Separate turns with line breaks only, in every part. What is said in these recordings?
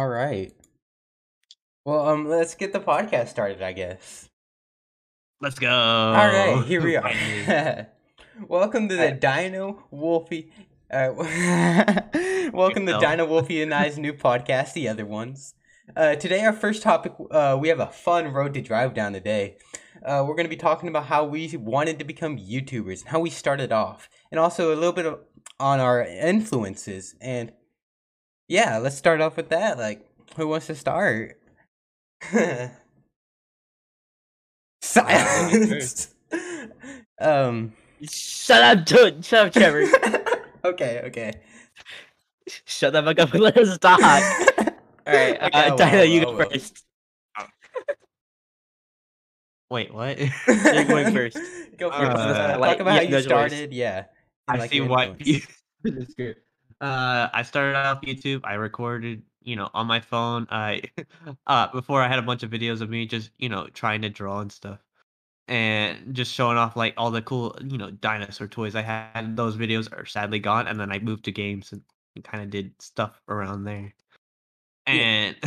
All right. Well, um, let's get the podcast started, I guess.
Let's go.
All right, here we are. Welcome to the Dino Wolfie. Uh, welcome to
No.
Dino Wolfie and I's new podcast, The Other Ones. Uh, today, our first topic, uh, we have a fun road to drive down today. Uh, we're going to be talking about how we wanted to become YouTubers and how we started off, and also a little bit of, on our influences. And yeah, let's start off with that. Like, who wants to start? Silence. um.
Shut up, dude. Shut up, Trevor.
okay, okay.
Shut the fuck up and let us talk. All
Okay,
right, uh,
I will,
Dino,
I
you
will,
go
I will.
first.
Oh.
Wait, what? You're going first.
Go first.
Uh,
Uh,
like,
Talk about
yeah,
how you
there's ways.
started. Yeah.
I
and, like,
see
your
why
influence.
you. That's good. Uh, I started off YouTube. I recorded, you know, on my phone. I, uh, before I had a bunch of videos of me just, you know, trying to draw and stuff, and just showing off like all the cool, you know, dinosaur toys I had. Those videos are sadly gone, and then I moved to games and kind of did stuff around there, and.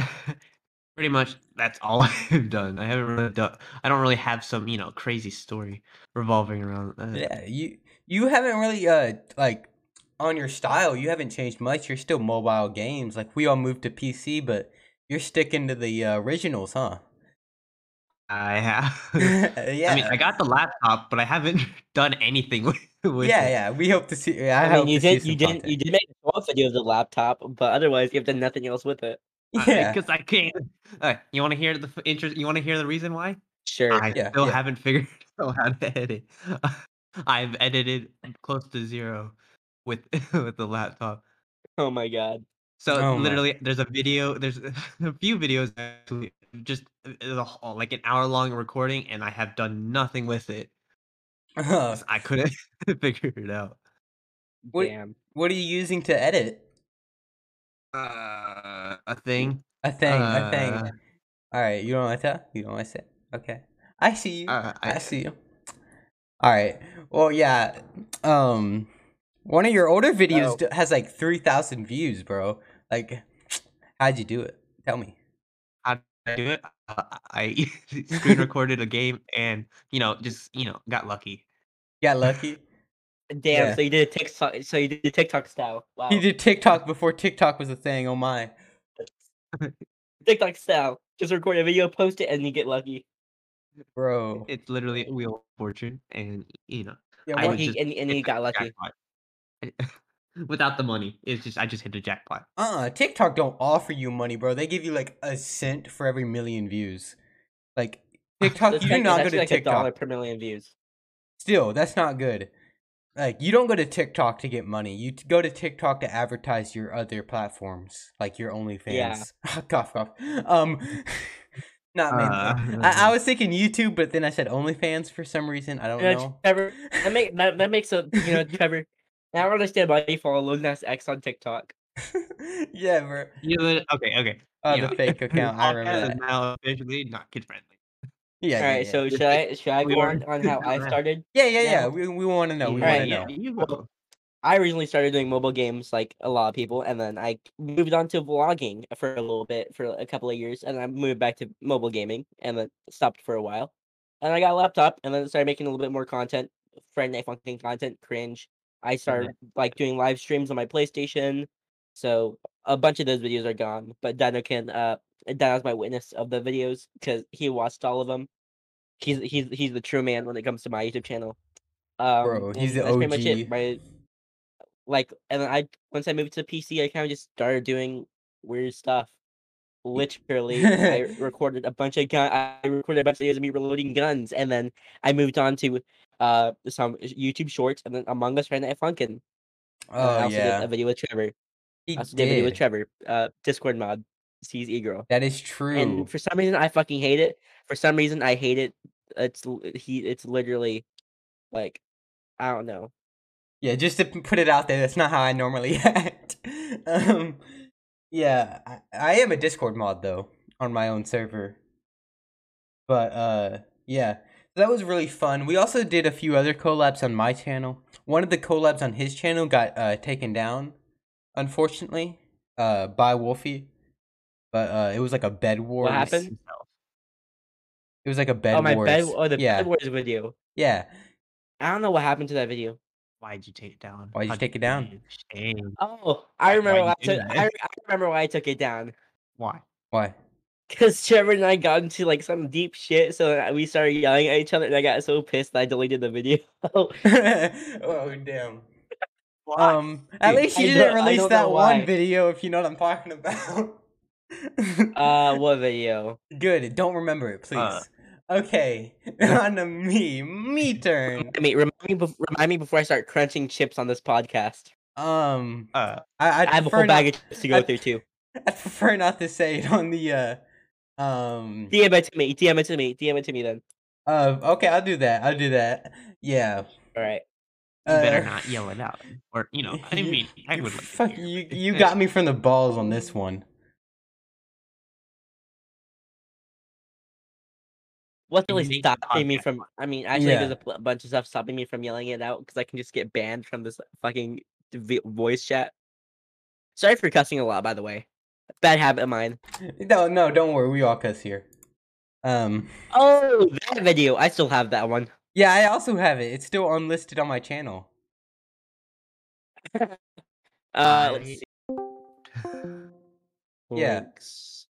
Pretty much, that's all I've done. I haven't really done. I don't really have some, you know, crazy story revolving around. Uh,
Yeah, you you haven't really uh like on your style. You haven't changed much. You're still mobile games. Like we all moved to PC, but you're sticking to the uh, originals, huh?
I have.
yeah.
I mean, I got the laptop, but I haven't done anything with, with
yeah,
it.
yeah. We hope to see. I,
I
hope
mean, you
to see
did,
some
you didn't, you
content.
did make a co-op video of the laptop, but otherwise you've done nothing else with it.
Yeah.
Because I can't. Uh, you want to hear the f- interest? You want to hear the reason why?
Sure.
I
Yeah,
still
yeah.
haven't figured out how to edit. I've edited close to zero with with the laptop.
oh my god.
So
Oh my.
literally, there's a video. There's a few videos actually, just uh, the whole- like an hour long recording, and I have done nothing with it.
Uh,
'cause I couldn't figure it out.
What-
Damn.
what are you using to edit?
Uh, a thing.
A thing. a thing.
Uh,
All right. You don't want to tell? You don't want to say? Okay. I see you.
Uh,
I
I,
see you. All right. Well, yeah. Um, one of your older videos
Oh.
d has like three thousand views, bro. Like, how'd you do it? Tell me.
I do it. Uh, I screen recorded a game and you know just you know got lucky.
You got lucky.
Damn.
yeah.
So you did a TikTok. So you did a TikTok style. Wow.
He did TikTok before TikTok was a thing. Oh my.
TikTok style. Just record a video, post it, and you get lucky.
Bro.
It's literally a wheel of fortune, and you know
Yeah,
I
And
one-
was
he
just-
and, and
hit the
you got lucky.
jackpot. I- Without the money, it's just I just hit the jackpot.
uh-uh, TikTok don't offer you money, bro. They give you like a cent for every million views. Like TikTok,
That's
you do
like- it's
not go
actually
to
like a dollar
TikTok.
per million views.
Still, that's not good. Like you don't go to TikTok to get money. You t- go to TikTok to advertise your other platforms, like your OnlyFans. cough, cough. Um, not me.
Uh,
I, I was thinking YouTube, but then I said OnlyFans for some reason. I don't
Yeah,
know.
Trevor, that make that, that makes a you know Trevor. Now I understand why you follow Lil Nas X on TikTok.
yeah, bro.
You know, okay, okay.
Oh,
Yeah.
the fake account. I remember
Podcast is
that.
now officially not kid friendly.
Yeah.
All right,
yeah,
so
yeah.
should I should I
We
go
are-
on, on how I started?
yeah, yeah,
now-
yeah. We we want to know. We
All
want to
Alright,
yeah,
know.
you
Well,
go.
I originally started doing mobile games like a lot of people, and then I moved on to vlogging for a little bit for a couple of years, and I moved back to mobile gaming, and then stopped for a while. And I got a laptop, and then started making a little bit more content, friend night fucking content, cringe.
Mm-hmm.
I started like doing live streams on my PlayStation, so a bunch of those videos are gone. But Dino can uh Dino's my witness of the videos because he watched all of them. He's he's he's the true man when it comes to my YouTube channel. Um,
Bro, he's
and
the
that's pretty much it.
OG.
My like and then I once I moved to PC, I kind of just started doing weird stuff. Literally, I recorded a bunch of gun. I recorded a bunch of videos of me reloading guns, and then I moved on to uh some YouTube shorts, and then Among Us Friday Night Funkin. and I
Oh
also
yeah.
did a video with Trevor.
He
I also did a video with
did.
Trevor. Uh, Discord mod. He's e girl.
That is true.
And for some reason, I fucking hate it. For some reason, I hate it. It's l- he. It's literally like I don't know.
Yeah, just to p- put it out there, that's not how I normally act. um, yeah, I, I am a Discord mod though on my own server. But uh, yeah, that was really fun. We also did a few other collabs on my channel. One of the collabs on his channel got uh, taken down, unfortunately, uh, by Wolfie. but uh, it was like a bed war.
happened?
It was like a bed
oh my
wars.
bed. Oh the
yeah,
bed wars video.
yeah.
I don't know what happened to that video.
Why'd you take it down?
Why'd you
How
take it
dare
down?
you? Shame.
Oh, I
Why-
remember.
why'd
Why I,
you do
took,
that?
I, I remember why I took it down.
Why?
Why?
Cause Trevor and I got into like some deep shit, so I- we started yelling at each other, and I got so pissed that I deleted the video.
oh damn. Um, at
Dude,
least you
I
didn't
don't- I
release
don't
that
know
one
why.
video, if you know what I'm talking about.
uh, what video?
Good. Don't remember it, please.
Uh.
okay, on to me, me turn.
I mean, remind me, bef- remind me before I start crunching chips on this podcast.
Um,
Uh,
I, I'd
I have a
prefer
whole bag
not,
of chips to go
I-
through too.
I prefer not to say it on the uh, um.
DM it to me. DM it to me. DM it to me then.
Uh, okay, I'll do that. I'll do that. Yeah.
All right.
you better
uh,
not yell it out. Or you know, I
you-
mean, I
you
would like to
fuck,
hear
you.
it.
You got me from the balls on this one.
What's
You
really
need to
stopping me
contact
from? I mean, actually,
Yeah.
there's a pl- bunch of stuff stopping me from yelling it out because I can just get banned from this fucking v- voice chat. Sorry for cussing a lot, by the way. Bad habit of mine.
No, no, don't worry. We all cuss here. Um.
Oh, that video. I still have that one.
Yeah, I also have it. It's still unlisted on my channel.
Uh,
I-
let's see.
Yeah.
Links.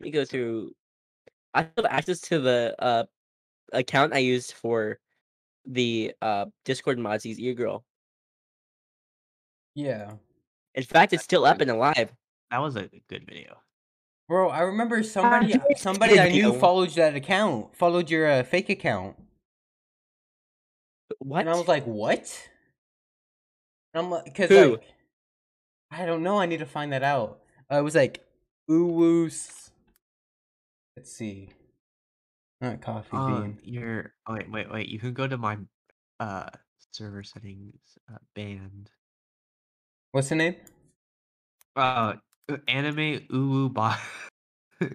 Let me go through. I still have access to the uh account I used for the uh Discord Mozzie's eargirl.
Yeah.
In fact, it's still up and alive.
That was a good video.
Bro, I remember somebody
you
somebody I knew
video.
followed that account, followed your uh, fake account.
What?
And I was like, "What?" And I'm like cuz
Who?
like I don't know, I need to find that out. Uh, it was like Uwoos. Let's see. Not coffee
Um,
Uh,
bean.
your oh wait wait wait. You can go to my uh server settings uh, band.
What's the name?
Uh, uh, anime uwu ba.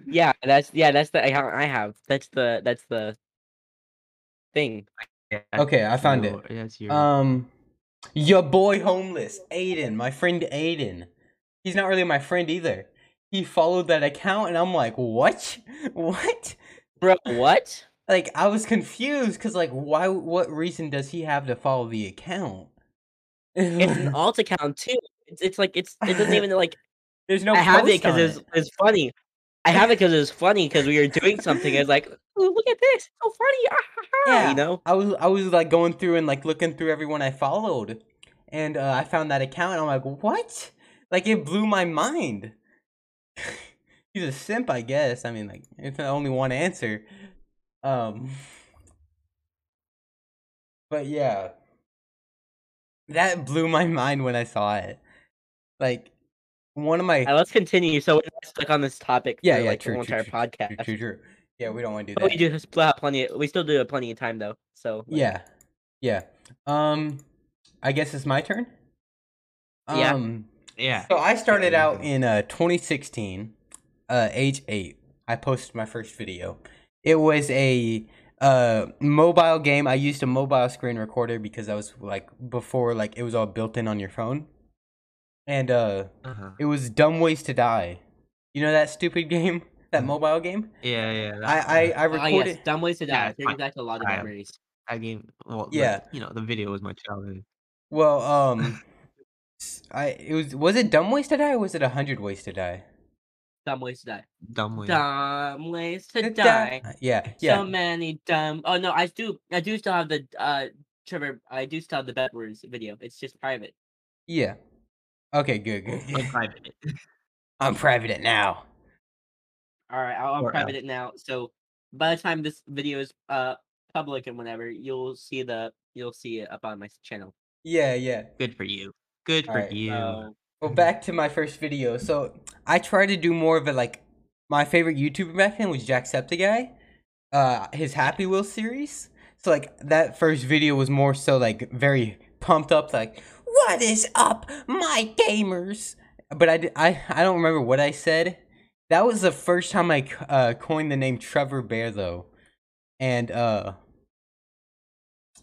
yeah, that's yeah, that's the account I have. That's the that's the thing.
Yeah,
Okay, I
that's
found
your-
it.
That's your.
Um your boy homeless, Aiden, my friend Aiden. He's not really my friend either. He followed that account and I'm like, "What? What?"
Bro, what?
like I was confused because like why? What reason does he have to follow the account?
It's an alt account too. It's, it's like it's it doesn't even like
There's no.
I have
post
it because
on
it's it's funny. I have it because it's funny because we were doing something. It's like, "Ooh, look at this, so funny. ah, ha, ha,"
Yeah.
You know,
I was I was like going through and like looking through everyone I followed, and uh, I found that account and I'm like, what? Like it blew my mind. He's a simp, I guess. I mean, like it's only one answer. Um. But yeah, that blew my mind when I saw it. Like one of my
Uh, let's continue. So we're not stuck on this topic.
Yeah,
for,
yeah,
like,
true,
the whole
true,
entire
true,
podcast.
True, true, true. Yeah, we don't want to do
But
that.
we do still have plenty. we still do have plenty of time though. So like,
Yeah, yeah. Um, I guess it's my turn.
Yeah.
Um,
yeah.
so I started
you
out
go.
in uh 2016, uh age eight. I posted my first video. It was a uh mobile game. I used a mobile screen recorder because I was like before like it was all built in on your phone, and uh
Uh-huh.
it was Dumb Ways to Die. You know that stupid game, that
Mm.
mobile game.
Yeah yeah. that-
I I, I
Mm-hmm. Ah,
recorded.
yes, dumb ways to
Yeah,
die.
it's
Brings
fine.
back a lot of
I am.
memories.
that game. Well, yeah.
Yeah.
you know, the video was my childhood.
Well, um, s- I it was was it dumb ways to die or was it a hundred ways to die?
Dumb ways to die.
Dumb way.
Dumb ways to
To
die.
Yeah, yeah.
So many dumb. Oh no, I do. I do still have the uh Trevor. I do still have the bad words video. It's just private.
yeah. Okay, good, good.
Like,
good.
private it.
I'm private it now.
All right, I'll, I'll
Or
private it now. So by the time this video is uh public and whenever, you'll see the you'll see it up on my s- channel.
Yeah, yeah.
Good for you. Good for
Alright, uh,
you.
So
Well, back to my first video. So I tried to do more of a like. My favorite YouTuber back then was Jacksepticeye. Uh, his Happy Wheel series. So like that first video was more so like very pumped up, like "What is up, my gamers?" But I di- I I don't remember what I said. That was the first time I c- uh, coined the name Trevor Bear though, and uh,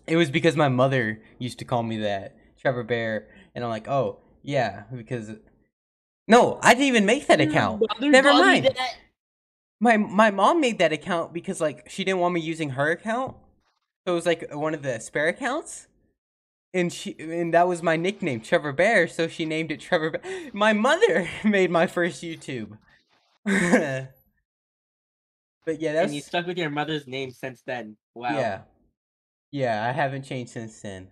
it was because my mother used to call me that Trevor Bear, and I'm like, oh yeah, because No, I didn't even make that account. Never mind.
That.
My my mom made that account because like she didn't want me using her account. So it was like one of the spare accounts. And she and that was my nickname, Trevor Bear, so she named it Trevor Bear. My mother made my first YouTube. but yeah, that's
And you stuck with your mother's name since then. Wow.
yeah. Yeah, I haven't changed since then.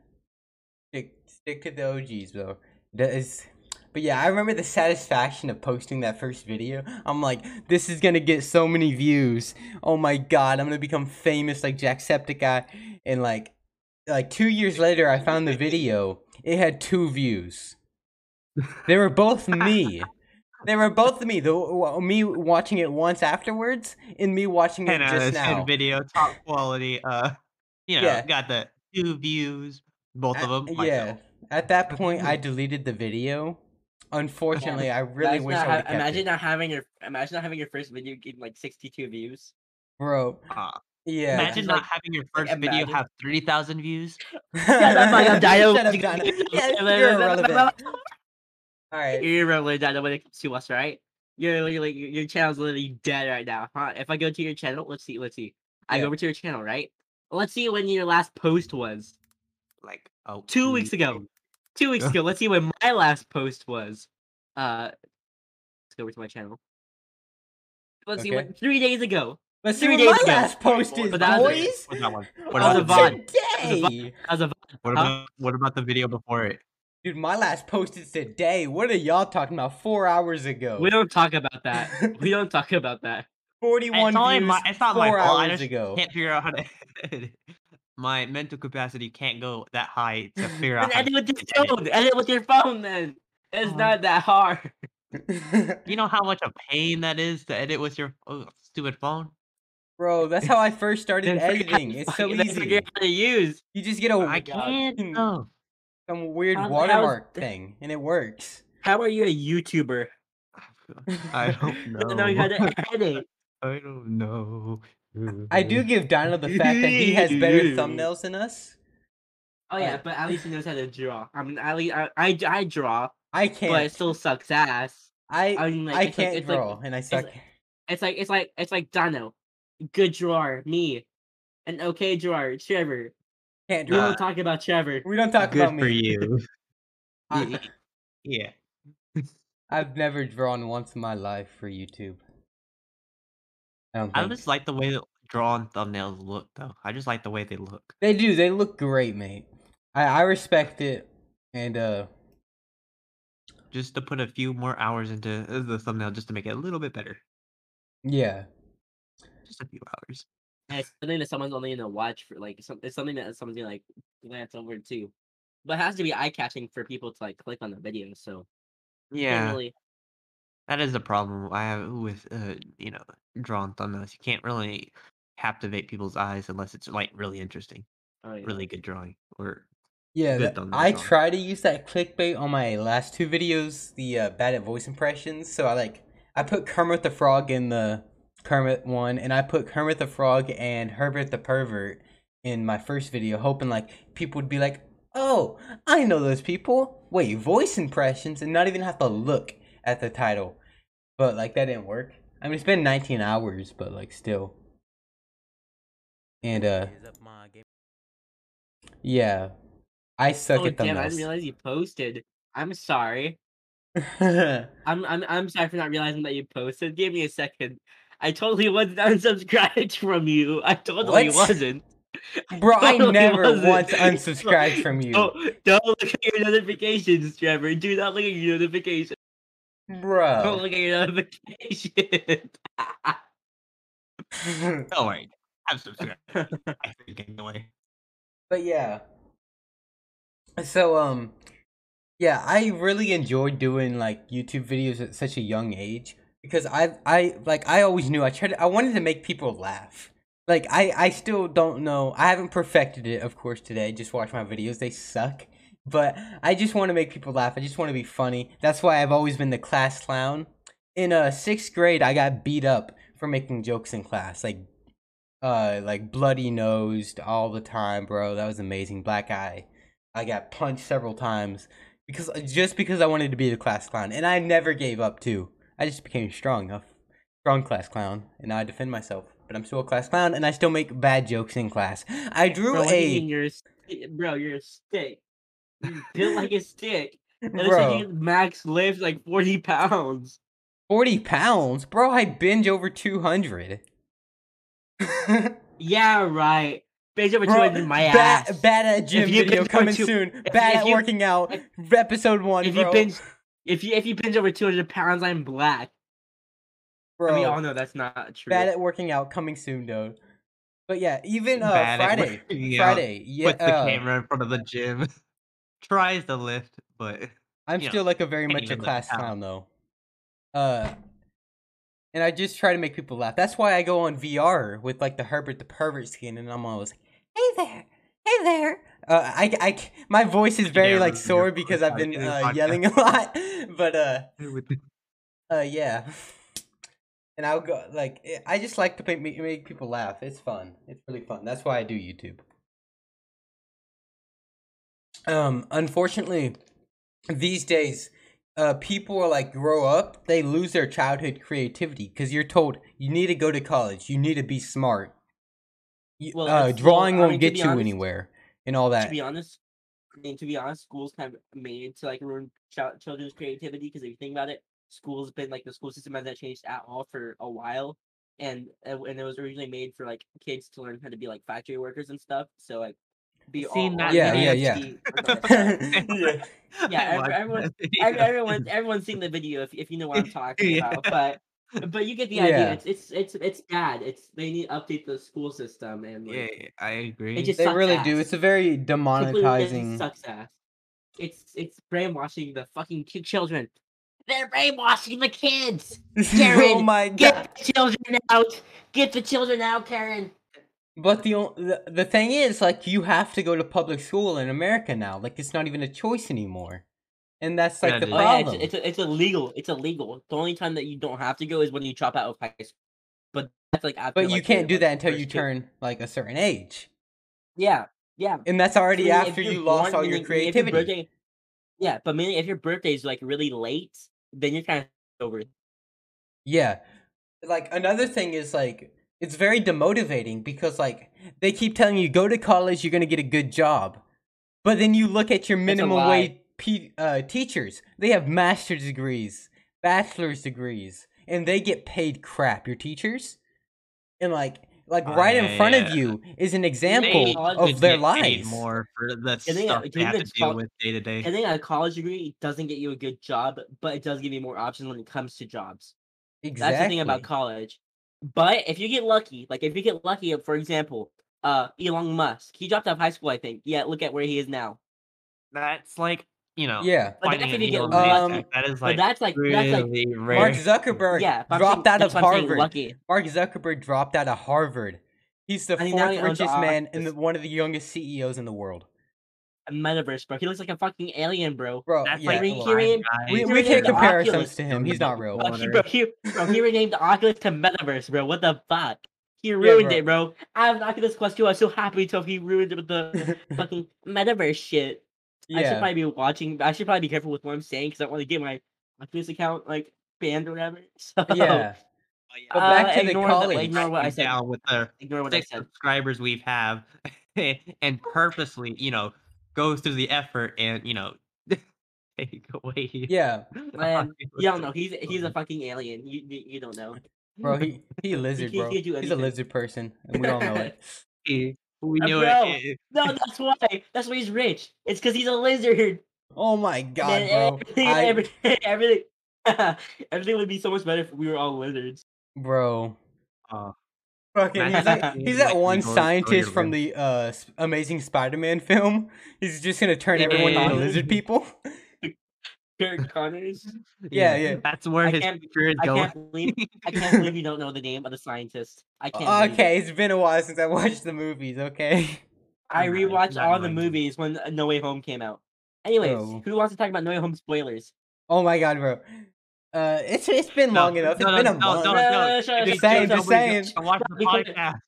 Stick stick to the OGs though. That is but yeah, I remember the satisfaction of posting that first video. I'm like, this is gonna get so many views. Oh my god, I'm gonna become famous like Jacksepticeye. And like like two years later I found the video. It had two views. They were both me. They were both me. The w- me watching it once afterwards, and me watching it
Ten out
just
of
now.
ten video, top quality. Uh, you know,
Yeah.
got the two views, both
At-
of them.
Yeah. At that point, I deleted the video. Unfortunately, I really
imagine
wish
not
I would
ha-
have
imagine
it.
not having your imagine not having your first video getting like sixty two views.
bro.
oh,
Yeah.
imagine
Like-
not having your first
imagine.
video have three thousand views.
that's why I'm Dino.
Shut up, Dino. Yes, you're irrelevant. All right.
You're irrelevant Dino, when it comes to us, right? You're literally your- your channel's literally dead right now, huh? If I go to your channel, let's see, let's see. I
Yeah.
go over to your channel, right? Let's see when your last post was.
Like oh,
Two weeks ago. Two weeks
Yeah.
ago. Let's see when my last post was. Uh let's go over to my channel. Let's see
Okay.
what three days ago.
Let's see
three
what my
days ago.
last post is,
But that was-
boys.
What that one? What
That
about,
On
was a
the,
VOD.
today.
As of
what
huh?
about what about the video before it?
Dude, my last post is today. What are y'all talking about? Four hours ago.
we don't talk about that. we don't talk about that.
Forty-one
it's only
views
my, it's not my
four
fault. I
hours
just
ago.
can't figure out how to edit. it. My mental capacity can't go that high to figure
Then
out. How
edit
to,
with
edit
your
it.
phone. Edit with your phone then. It's
Oh.
not that hard.
you know how much a pain that is to edit with your oh, stupid phone.
Bro, that's how I first started
Then figure out
editing.
to
It's so
fucking- then
easy.
Figure out how to use.
You just get a
I
God.
can't. though.
some weird
How- how's
watermark
the-
thing, and it works.
How are you a YouTuber?
I don't
You don't know how to edit.
I don't know. Mm-hmm.
I do give Donald the fact that he has better thumbnails than us.
Oh yeah,
Right.
but at least he knows how to draw. I mean, at least I I, I draw,
I
but it
can't.
still sucks ass.
I
I mean, like,
I
it's like-
can't
it's like-
draw, and I suck.
It's like it's like it's like Dano, good drawer, me, an okay drawer, Trevor.
Can't
We
draw.
don't talk about Trevor.
We don't talk
Good
about
for
me.
you.
I,
Yeah.
I've never drawn once in my life for YouTube. I don't
I
think.
just like the way that drawn thumbnails look, though. I just like the way they look.
They do. They look great, mate. I I respect it, and uh,
Just to put a few more hours into uh, the thumbnail, just to make it a little bit better.
yeah.
Just a few hours.
And it's something that someone's only gonna watch for like some, it's something that someone's gonna like glance over to. But it has to be eye catching for people to like click on the video. So you can't
Yeah,
really,
that is the problem I have with uh, you know drawn thumbnails. You can't really captivate people's eyes unless it's like really interesting,
oh, yeah.
really good drawing, or
Yeah,
good
that-
thumbnail
I
drawing.
try to use that clickbait on my last two videos, the uh, bad at voice impressions. So I like I put Kermit the Frog in the Kermit one, and I put Kermit the Frog and Herbert the Pervert in my first video, hoping like people would be like, "Oh, I know those people." Wait, voice impressions, and not even have to look at the title. But like that didn't work. I mean, it's been 19 hours, but like still. And uh, yeah, I suck
Oh
at
damn! I
thumbnails.
didn't realize you posted. I'm sorry.
I
I'm I'm I'm sorry for not realizing that you posted. Give me a second. I totally wasn't unsubscribed from you. I totally
What?
wasn't.
Bro, I
totally
never
Oh, wasn't.
once unsubscribed from you.
Oh, don't look at your notifications, Trevor. Do not look at your notifications. Don't
Bro.
look at your notifications. oh,
Oh,
Don't worry, I'm subscribed. I think anyway.
but yeah. So um yeah, I really enjoy doing like YouTube videos at such a young age because I I like I always knew I tried to, I wanted to make people laugh. Like I I still don't know. I haven't perfected it of course today. Just watch my videos. They suck. But I just want to make people laugh. I just want to be funny. That's why I've always been the class clown. In uh 6th grade, I got beat up for making jokes in class. Like uh like bloody nosed all the time, bro. That was amazing. Black eye. I got punched several times because uh, just because I wanted to be the class clown, and I never gave up too. I just became strong, a strong class clown, and now I defend myself. But I'm still a class clown, and I still make bad jokes in class. I drew
Bro, what do you mean
a
you're a st- bro, you're a stick. You built like a stick. And it's like
bro
you max lift like 40 pounds.
forty pounds, bro. I binge over two hundred.
Yeah, right. Bitch, over 200 my
bad,
ass.
bad at gym
you
video
binge over
coming
two-
soon. bad
if
at
you-
working out.
if-
Episode one,
if
bro.
you pinch if you if you pinch over 200 pounds, I'm black.
bro.
And we all know that's not true.
bad at working out coming soon, dude. But yeah, even uh,
Bad at
Friday,
working out
Friday, yeah,
with the
uh,
camera in front of the gym. Tries to lift, but
I'm
you know,
still like a very
can't
much a
even lift
class
a
clown though. Uh, and I just try to make people laugh. That's why I go on VR with like the Herbert the Pervert skin, and I'm always like, "Hey there, hey there." Uh, I, I, c- my voice is very
Yeah,
like
we're- we're
sore because I've been
podcasting,
uh,
podcast.
yelling a lot, but uh,
with the
uh, yeah. And I'll go like eh, I- I just like to make make people laugh. It's fun. It's really fun. That's why I do YouTube. Um, unfortunately, these days, uh, people are like grow up. They lose their childhood creativity because you're told you need to go to college. You need to be smart. You,
Well,
uh,
it's- well,
drawing
I
won't
mean, to
get
be
you
honest-
anywhere, and all
to
that.
be honest, I mean, to be honest, school's kind of made to like ruin child, children's creativity because if you think about it, school's been like the school system hasn't changed at all for a while, and uh, and it was originally made for like kids to learn how to be like factory workers and stuff. So like, be all
Seen that
on
Yeah,
the
yeah, yeah.
NFT and all that stuff.
Yeah.
Yeah,
I
ev-
watched
everyone-
that
I
video.
everyone's everyone's seen the video if if you know what I'm talking
Yeah.
about, but. But you get the
Yeah.
idea. It's it's it's it's bad. It's they need to update the school system and like,
Yeah, I agree.
just-
They
suck
really do.
ass.
It's a very
Completely
demonetizing.
sucks ass. It's it's brainwashing the fucking ki- children. They're brainwashing the kids.
oh
Jared,
my
Get
god!
the children out. Get the children out, Karen.
But the, o- the the thing is, like, you have to go to public school in America now. Like, it's not even a choice anymore, and that's like
Yeah,
the
dude.
Oh yeah,
problem.
it's it's, it's illegal. It's illegal. The only time that you don't have to go is when you drop out of high school. But that's like after.
but you
like,
can't do
your,
that
like,
until you
first kid-
turn like a certain age,
Yeah, yeah.
and that's already
Meaning if
after
you're
you lost
born-
all your
meaning- meaning if
creativity.
birthday- yeah, but meaning if your birthday is like really late, then you're kind of over. it.
Yeah. Like another thing is like it's very demotivating because like they keep telling you go to college, you're gonna get a good job, but then you look at your
That's a
minimum
lie.
wage pe- uh, teachers. They have master's degrees, bachelor's degrees, and they get paid crap. Your teachers, and like like
Oh,
right in
yeah,
front of
yeah.
you is an
They
example
all
of
just
their
get paid
lives.
more for the
they-
stuff they
didn't
have to
they tell-
deal with day to
I
day.
think a college degree doesn't get you a good job, but it does give you more options when it comes to jobs.
Exactly.
That's the thing about college. But if you get lucky, like if you get lucky, for example, uh, Elon Musk, he dropped out of high school, I think. Yeah, look at where he is now.
That's like you know,
yeah.
But
finding
that's if
an
you get
Elon
lucky.
Musk, that is
So
like
that's like that's like
really rare.
Mark Zuckerberg
yeah. but I'm saying-
dropped out of
that's what I'm saying,
Harvard.
Lucky.
Mark Zuckerberg dropped out of Harvard. He's the
I mean, now
fourth
he owns
richest man and
Oculus.
the, one of the youngest CEOs in the world.
A metaverse, bro. He looks like a fucking alien, bro.
Bro,
That's
yeah,
like
Henry
come on.
Curie-
we,
he's
we
really
can't
into
compare
Oculus.
ourselves to him. He's not real.
Bro, he,
Water.
bro, he, bro, he renamed the Oculus to Metaverse, bro. What the fuck? He
bro.
ruined it, bro. I have an Oculus Quest 2. I was so happy till he ruined it with the fucking Metaverse shit. I should
yeah,
probably be watching. I should probably be careful with what I'm saying because I want to get my Oculus account like banned or whatever. So
yeah.
Oh, yeah.
But back
uh,
to the
ignore
college.
The, ignore what I
Right
said.
down with the
Ignore what I
six
said.
subscribers we have, and purposely, you know, go through the effort and you know, take away.
yeah,
Man, You don't know. He's he's a fucking alien. You you, you don't know.
bro. He he a lizard, bro.
can't do
He's a
anything.
lizard person, and we all know it.
He- We
Uh,
knew
bro.
it. it-
No, that's why. That's why he's rich. It's because he's a lizard.
Oh my god,
Man,
bro.
Everything,
I-
everything, everything, everything would be so much better if we were all lizards.
Bro,
uh,
fucking, he's
Imagine
that,
being
he's that
like
one
Igor Stoyan,
scientist from
bro.
the uh, S- Amazing Spider-Man film. He's just gonna turn
Yeah.
everyone into lizard people.
Eric Connors.
Yeah, yeah.
That's where
I
his
can't-
future is
I
going.
can't believe I can't believe you don't know the name of the scientist. I can't. believe it.
Okay, it's been a while since I watched the movies. Okay.
I
Not-
rewatched
not
all the
knowing.
movies when uh, No Way Home came out. Anyways,
Oh.
who wants to talk about No Way Home spoilers?
Oh my god, bro. Uh, it's it's been
No,
long enough. It's
no, no,
been a
no,
month.
no,
No, no,
no,
no, shut up,
Just
shut
saying,
up, shut
just
up, wait,
saying.
I watched the
We couldn't-
podcast.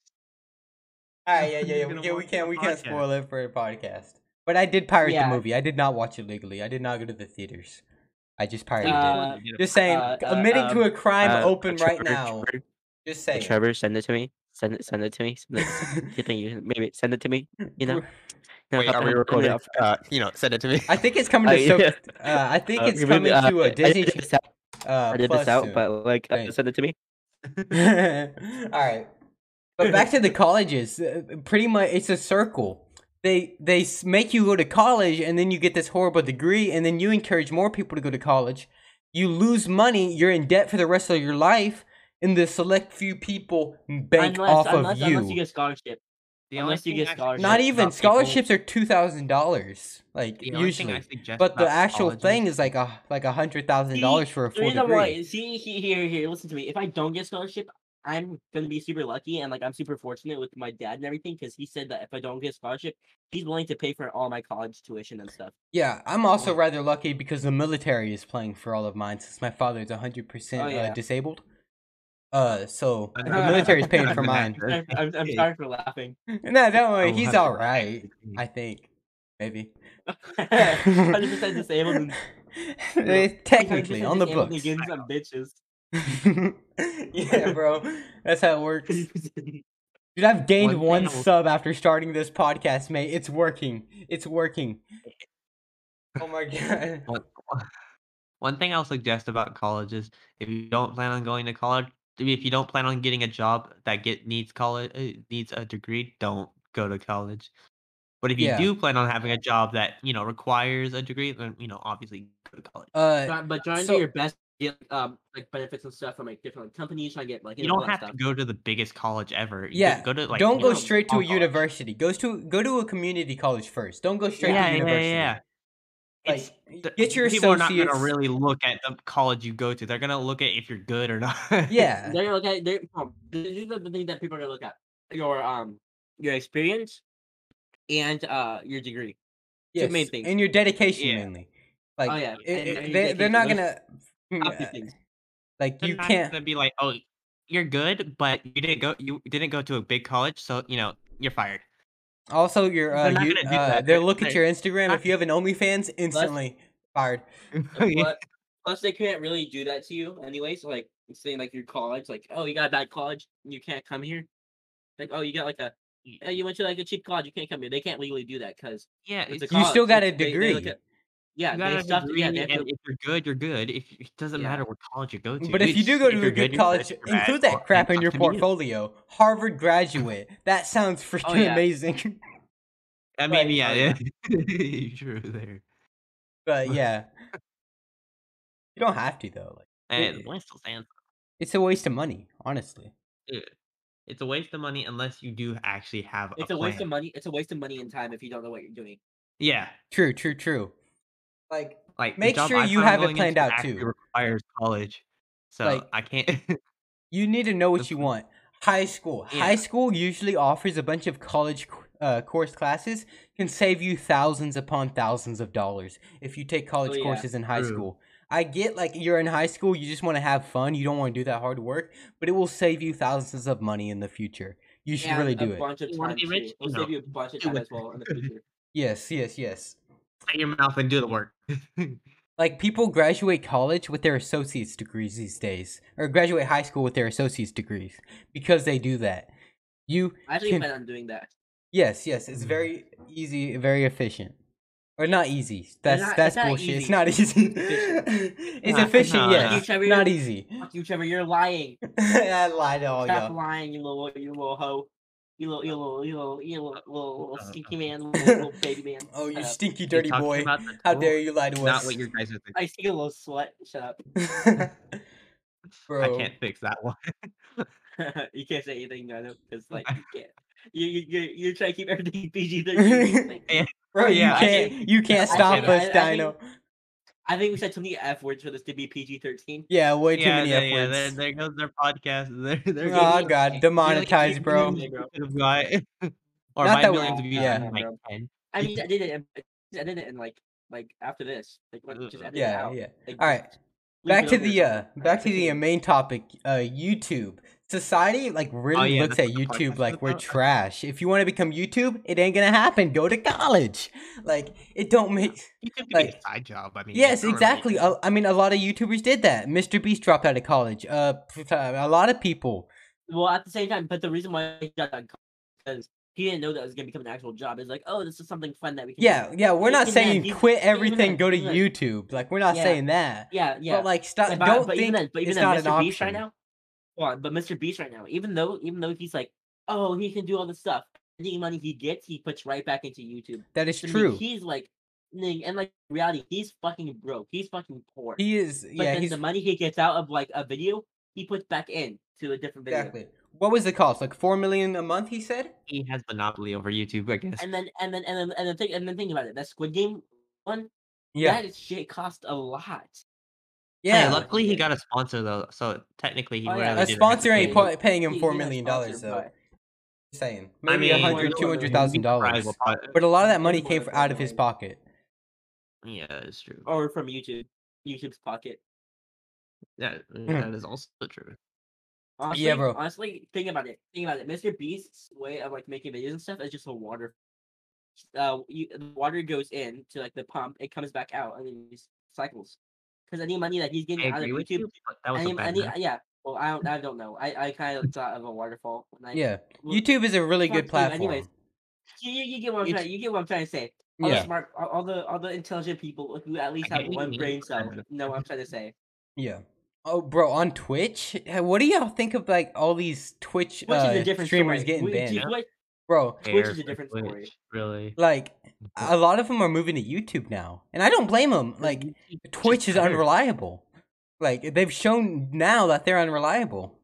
All right, yeah, yeah,
You're
yeah. We
gonna
can, we
watch
can,
the
we can't
podcast.
spoil it for a podcast. But I did pirate
Yeah.
the movie. I did not watch it legally. I did not go to the theaters. I just pirated it.
Uh,
Just saying,
uh, uh,
admitting to a crime
uh,
open right
Trevor,
now.
Trevor,
Just saying.
Trevor, send it to me. Send it. Send it to me. Send it. you think you maybe send it to me? You know. No,
Wait,
I'll-
are we
I'll-
recording?
I'll-
Uh, you know, send it to me.
I think it's coming to.
I-
so,
yeah.
uh, I think
Uh,
it's
you made
coming
me- uh,
to
I
a
edited
Disney.
this out-
Uh,
I did
Plus
this out,
soon.
but like, uh,
Thanks.
send it to me.
All right, but back to the colleges. Uh, Pretty much, it's a circle. They they s- make you go to college, and then you get this horrible degree, and then you encourage more people to go to college. You lose money. You're in debt for the rest of your life, and the select few people bank
unless,
off
unless,
of you.
unless you get scholarship.
The only
Unless you
thing
get
I-
scholarships.
Not
about
even
people-
scholarships are two thousand dollars, like
the only thing I
usually.
suggest
But the
about
actual
colleges-
thing is like a like a hundred thousand dollars for a
The
full
reason why
degree.
is see he- here here listen to me. If I don't get scholarship, I'm gonna be super lucky and like I'm super fortunate with my dad and everything because he said that if I don't get scholarship, he's willing to pay for all my college tuition and stuff.
Yeah, I'm also rather lucky because the military is playing for all of mine since my father is hundred
Oh, yeah.
percent disabled. Uh, so the military is paying for mine.
I'm, I'm, I'm sorry for laughing.
No, don't worry,
Oh,
he's
hundred
all right. I think, maybe.
100% disabled and-
Eh, Technically,
100%
on the
disabled
books.
and getting some bitches.
yeah, bro, that's how it works. Dude, I've gained
One
one,
thing I will-
sub after starting this podcast, mate. It's working. It's working. Oh my god.
One- One thing I'll suggest about college is if you don't plan on going to college, if you don't plan on getting a job that get needs college uh, needs a degree, don't go to college. But if you
Yeah.
do plan on having a job that you know requires a degree, then you know obviously go to college.
Uh,
Try- but trying to
So-
do your best to get um like benefits and stuff from like different companies, trying to get like
You don't
all that
have to
stuff.
go to the biggest college ever. You
Yeah,
go go to like
don't
you
go
know,
straight to a
small college.
university. Go to go to a community college first. Don't go straight
Yeah,
to
yeah, yeah,
university.
yeah.
Like,
It's-
y- get your
people are not
associates.
gonna really look at the college you go to. They're gonna look at if you're good or not.
Yeah.
They're gonna look at they're no, these are the things that people are gonna look at. Your um your experience and uh your degree.
Yes,
main things.
And your dedication
Yeah. uh,
mainly. Like
oh yeah.
it-
and-
it-
and your
they, they're
dedication,
not
those
gonna
top two
mm, uh,
things.
like
They're
you
not
can't
gonna be like, oh, you're good, but you didn't go, you didn't go to a big college, so you know you're fired.
also your uh,
They're not
you,
gonna do
uh
that.
they'll look at
They're-
your Instagram
not-
if you have an OnlyFans instantly fired.
But plus they can't really do that to you anyways. So like saying like your college, like, oh you got a bad college, you can't come here. Like, oh you got like a oh, you went to like a cheap college, you can't come here. They can't legally do that because
yeah,
it's
it's,
a
You still
college,
got
it's-
a
they- they look
degree.
at- Yeah,
you got
they
a
stuff.
degree,
Yeah, they have
and
to-
if you're good, you're good. If it doesn't
Yeah.
matter what college you go to,
But if you
it's-
do go to a
you're
good
you're
college,
if you're bad,
include
well,
that crap
it's
in
up
your
to you.
portfolio. Harvard graduate. That sounds freaking
Oh,
yeah.
amazing.
I mean,
Right,
yeah,
oh,
yeah. You're true there.
But yeah. You don't have to though. Like
And
Yeah.
we're still saying
it's a waste of money, honestly.
it's a waste of money unless you do actually have.
It's
a,
a waste
plan.
of money. It's a waste of money and time if you don't know what you're doing.
Yeah,
True, true, true. Like
like the
Make
job
sure
I
you
plan on
have it
going into
planned out,
actually
too.
Requires college, so
Like-
I can't.
you need to know what
That's
you
true.
want. High school.
Yeah.
High school usually offers a bunch of college uh, course classes can save you thousands upon thousands of dollars if you take college
yeah.
courses in high
True.
school. I get like you're in high school, you just want to have fun, you don't want to do that hard work, but it will save you thousands of money in the future. You should really
And
do
a
it.
bunch of
You wanna
time.
be rich?
too. We'll
No.
save you a bunch of
Do
time
it.
as well in the future.
Yes, yes, yes.
Shut your mouth and do the work.
Like people graduate college with their associate's degrees these days, or graduate high school with their associate's degrees because they do that. You
I actually
Can-
plan on doing that.
Yes, yes, it's
Mhm.
very easy, very efficient, or not easy. That's
not-
that's
it's not
bullshit. It's
easy.
not easy.
efficient.
it's
Nah,
efficient,
nah.
yes.
Fuck you,
Not
Trevor.
easy.
Fuck you, Trevor. You're lying.
I lied to all
Stop
y'all.
lying, you little, you little hoe. You little, you little, you little, you little, little, little
Uh,
stinky
uh,
man, little, little baby man.
Oh, you
Shut up.
stinky,
You're
dirty
talking
boy!
about the
How
tool,
dare you lie to
Not
us,
what you guys are
I see a little sweat. Shut up.
bro?
I can't fix that one.
you can't say anything, no, because like you can't. You you you you're trying to keep everything PG thirteen.
Bro, you
Yeah, I
can't.
think-
you can't
I
stop
think-
us,
I- I
Dino.
I think we said too many f words for this to be PG thirteen.
yeah, way too
yeah,
many
yeah,
f
yeah, there,
words.
there goes their podcast. They're, they're
oh
getting
god, demonetized, bro.
millions of
Guy. or
Not
by
that we-
millions of views,
yeah.
I mean, like
Bro.
10.
I mean, I did it. in- I did it, and like like after this, like what- just edit
Uh,
it
Yeah,
out.
yeah.
Like,
All right,
just leave
back
it
to
over or
the uh,
something.
back to the
Continue.
uh, main topic uh, youtube Society like really
Oh, yeah,
looks at
that's what the podcast
YouTube
is
like we're
about.
trash. If you want to become YouTube, it ain't gonna happen. Go to college. Like it don't make
You could be
Like-
a side job. I mean,
Yes,
it's not really-
exactly. Oh A- I mean, a lot of YouTubers did that. Mr. Beast dropped out of college. Uh, p- a lot of people.
Well, at the same time, but the reason why he got that because he didn't know that was gonna become an actual job. It's like, oh, this is something fun that we can. do."
Yeah, yeah. We're
Look
not
at that,
saying
these-
quit
even
everything,
that,
go to
look.
YouTube. Like we're not
Yeah.
saying that.
yeah, yeah.
But like, stop.
But-
Don't
but
think
even then, but even
it's
then,
not
Mr.
an option.
Beast right now. Well, but Mr. Beast right now, even though even though he's like, oh, he can do all this stuff. Any money he gets, he puts right back into YouTube.
That is
To me,
true.
he's like, ning- and like in reality, he's fucking broke. He's fucking poor.
He is.
but
Yeah,
then
he's
the money he gets out of like a video, he puts back in to a different video.
exactly. What was the cost? Like four million a month? He said.
He has monopoly over YouTube, I guess.
And then and then and then and then think and then think about it. That Squid Game one,
Yeah.
that shit cost a lot.
Hey,
yeah.
luckily he
Yeah.
got a sponsor though, so technically he
Oh, yeah.
really
a
didn't have
sponsor
to
ain't
pay.
part-
pa- paying him
He-
four
he got
million dollars
sponsored,
though.
but-
Just saying
I
maybe a
mean,
hundred,
we're-
two hundred thousand dollars.
Private pod-
But a lot of that money
We're-
came fr- out of his
we're-
pocket.
Yeah, it's true.
Oh.
Or from YouTube, YouTube's pocket.
That, that is also true.
Honestly,
bro.
Honestly, think about it. Think about it. Mr. Beast's way of like making videos and stuff is just a water. Uh, you, the water goes in to like the pump, it comes back out, and then it just cycles. Because any money that he's
I
getting out of
agree with
YouTube,
you, but that was
any,
a bad
any,
match.
yeah. Well, I don't, I don't know. I, I kind of thought of a waterfall. When I,
Yeah.
well,
YouTube is a really good
Fuck you,
platform.
anyways. You, you, you get what I'm
It's-
trying. You get what I'm trying to say. All the
Yeah.
smart, all, all the all the intelligent people who at least
I
have
hate
one
you,
brain cell
Brandon.
know what I'm trying to say.
Yeah. Oh, bro, on Twitch, Uh, what do y'all think of like all these Twitch,
Which
uh,
is a different
streamers
story.
getting
Which-
banned,
yeah.
which-
bro?
Twitch is
Fair
a
for
different
Twitch,
story.
Really.
Like, a lot of them are moving to YouTube now, and I don't blame them. Like, Twitch is
better.
unreliable. Like, they've shown now that they're unreliable.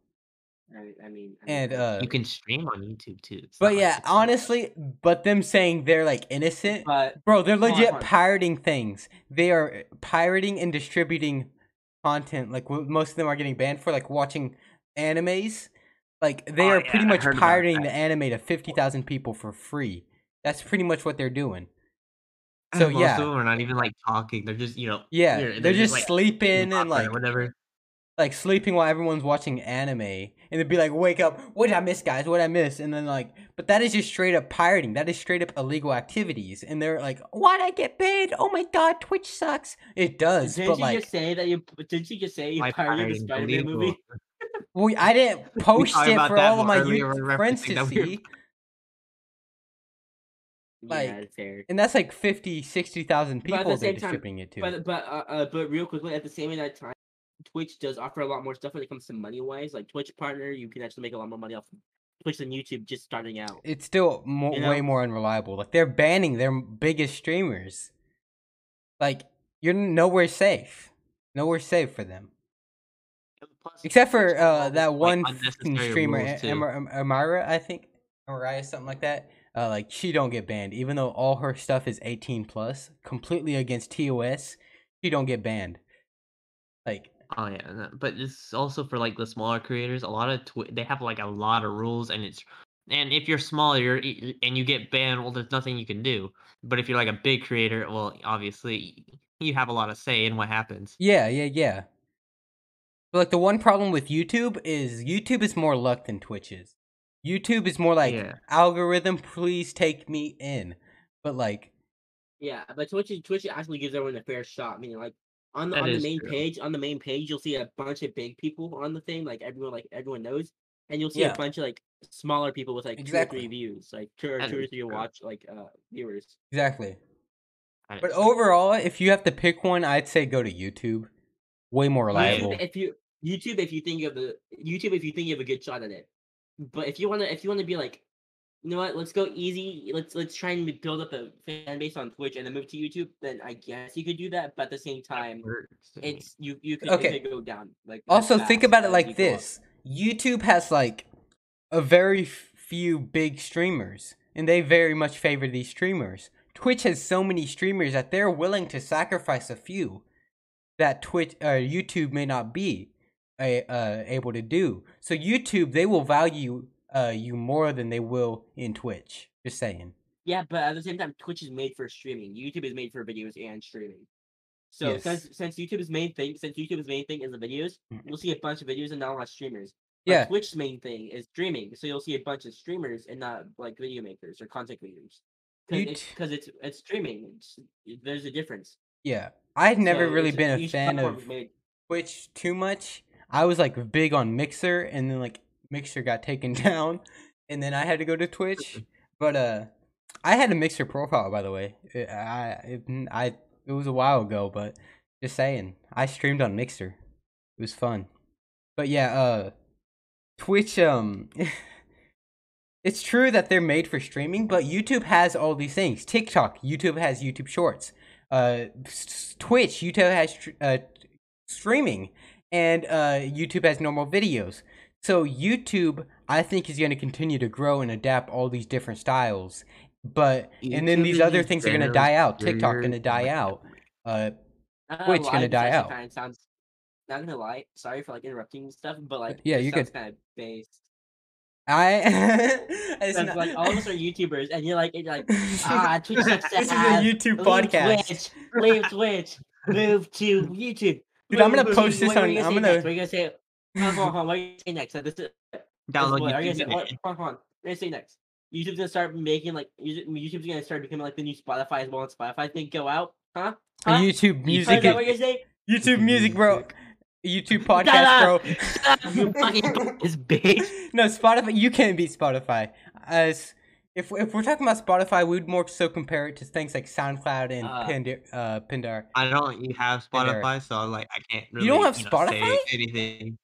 I, I mean, I
And
mean,
uh,
You can stream on YouTube too. It's not
but
like
yeah,
it's not-
honestly, but them saying they're like innocent,
Uh,
but
bro, they're
on,
legit
hold on.
pirating things. They are pirating and distributing content. Like, what most of them are getting banned for, like watching animes. Like, they
Oh,
are
yeah,
pretty
I
much
heard about
pirating
that.
the anime to 50,000 people for free. That's pretty much what they're doing.
And
So,
most
yeah.
of them are not even like talking. They're just you know.
Yeah,
here,
they're, just
like,
sleeping
eating
and
popcorn
like
or whatever.
like sleeping while everyone's watching anime, and they'd be like, "Wake up! What did I miss, guys? What did I miss?" And then like, but that is just straight up pirating. That is straight up illegal activities. And they're like, "Why would I get paid? Oh my god, Twitch sucks." It does,
didn't
but
you
like,
just say that you? Didn't you just say you
Like,
pirated
pirating,
the Spider-Man
illegal.
movie?
we, I didn't post
talked
it
about
for
that
all of my
earlier, we're
YouTube friends
referencing
to
that we were-
see,
yeah,
like,
it's fair.
and that's like 50, 60,000
But at the
people they're
same time-
distributing it to.
But but uh, uh, but real quickly, at the same exact time, Twitch does offer a lot more stuff when it comes to money wise. Like Twitch partner, you can actually make a lot more money off Twitch than YouTube just starting out.
it's still mo-
You know?
way more unreliable. Like they're banning their m- biggest streamers. Like you're nowhere safe. Nowhere safe for them,
Plus,
except
Twitch
for
has all
uh,
these,
that
like,
one fucking
unnecessary
streamer,
rules,
A-
too.
Amar- Am- Amara, I think, Amariah, something like that. Uh, like she don't get banned, even though all her stuff is 18 plus, completely against TOS. She don't get banned. Like
Oh yeah, and that- but it's also for like the smaller creators. A lot of twi- they have like a lot of rules, and it's and if you're smaller you're, y- and you get banned, well, there's nothing you can do. But if you're like a big creator, well, obviously y- you have a lot of say in what happens.
Yeah, yeah, yeah. But like the one problem with YouTube is YouTube is more luck than Twitch is. YouTube is more like
Yeah.
algorithm, please take me in. But like,
Yeah, but Twitch is- Twitch actually gives everyone a fair shot. Meaning like on the
That
on the
is
main
true.
page, on the main page, you'll see a bunch of big people on the thing, like everyone like everyone knows, and you'll see
Yeah.
a bunch of like smaller people with like
Exactly.
two or three views, like two or
That
two or
is
three
true.
watch like uh viewers.
exactly.
I
But
understand.
overall, if you have to pick one, I'd say go to YouTube. Way more reliable.
YouTube, if you YouTube, if you think of the YouTube, if you think you have a good shot at it, but if you wanna, if you wanna be like, you know what, let's go easy. Let's let's try and build up a fan base on Twitch and then move to YouTube. Then I guess you could do that, but at the same time,
Works, I mean,
it's you you could,
Okay.
okay. could go down. Like as
Also, think
fast
about it
as
like
you go up.
this YouTube has like a very f- few big streamers, and they very much favor these streamers. Twitch has so many streamers that they're willing to sacrifice a few that Twitch or YouTube may not be a, uh, able to do. So YouTube, they will value uh, you more than they will in Twitch. Just saying.
Yeah, but at the same time, Twitch is made for streaming. YouTube is made for videos and streaming. So
Yes.
since since YouTube's main thing, since YouTube's main thing is the videos,
Mhm.
you'll see a bunch of videos and not a lot of streamers. But
Yeah.
Twitch's main thing is streaming, so you'll see a bunch of streamers and not like video makers or content creators.
You
Because
t-
it's, it's streaming. It's, there's a difference.
Yeah. I'd never
So
really
it's-
been a
each
fan
platform
of
made-
Twitch too much. I was like big on Mixer and then like Mixer got taken down and then I had to go to Twitch. But uh I had a Mixer profile by the way. It, I it, I it was a while ago, but just saying. I streamed on Mixer. It was fun. But yeah, uh Twitch um It's true that they're made for streaming, but YouTube has all these things. TikTok, YouTube has YouTube Shorts. Uh, s- Twitch, YouTube has tr- uh, streaming, and uh, YouTube has normal videos. So YouTube, I think, is going to continue to grow and adapt all these different styles. But and then
YouTube
these
in
other things are going to
general
die
is
out. TikTok
weird,
going to die
like-
out. Uh,
I don't know
Well, it's
why,
gonna
this
die
actually
out.
Kinda sounds, not gonna lie, sorry for like interrupting and stuff, but like
Uh, yeah,
this
you
sounds
could-
kind of based.
I. it's
Because
not-
like all of us are YouTubers, and you're like, and you're like, ah, Twitch sucks to
this is a
have.
YouTube
Leave
podcast.
Twitch, leave Twitch, move to YouTube.
Dude, I'm
move
gonna
to-
post this
what are
on-
you
I'm
say
gonna-
Next? We're gonna say, hold on, hold on, what are you gonna say next? So this is This is
Download
what- are you
YouTube
gonna say, what,
Music.
hold on, hold on. What are you gonna say next? YouTube's gonna start making like YouTube- YouTube's gonna start becoming like the new Spotify as well. And Spotify thing go out, huh? Huh?
YouTube
Oh, is
music,
that what you're saying?
YouTube music, bro. YouTube
up. You
podcast, bro.
fucking is bitch.
no, Spotify. You can't beat Spotify. As if if we're talking about Spotify, we'd more so compare it to things like SoundCloud and
Uh,
Pandar. Uh, Pandar.
I don't you have
Eric.
Spotify, so like I can't
You
really
don't have
know, say
Spotify?
anything.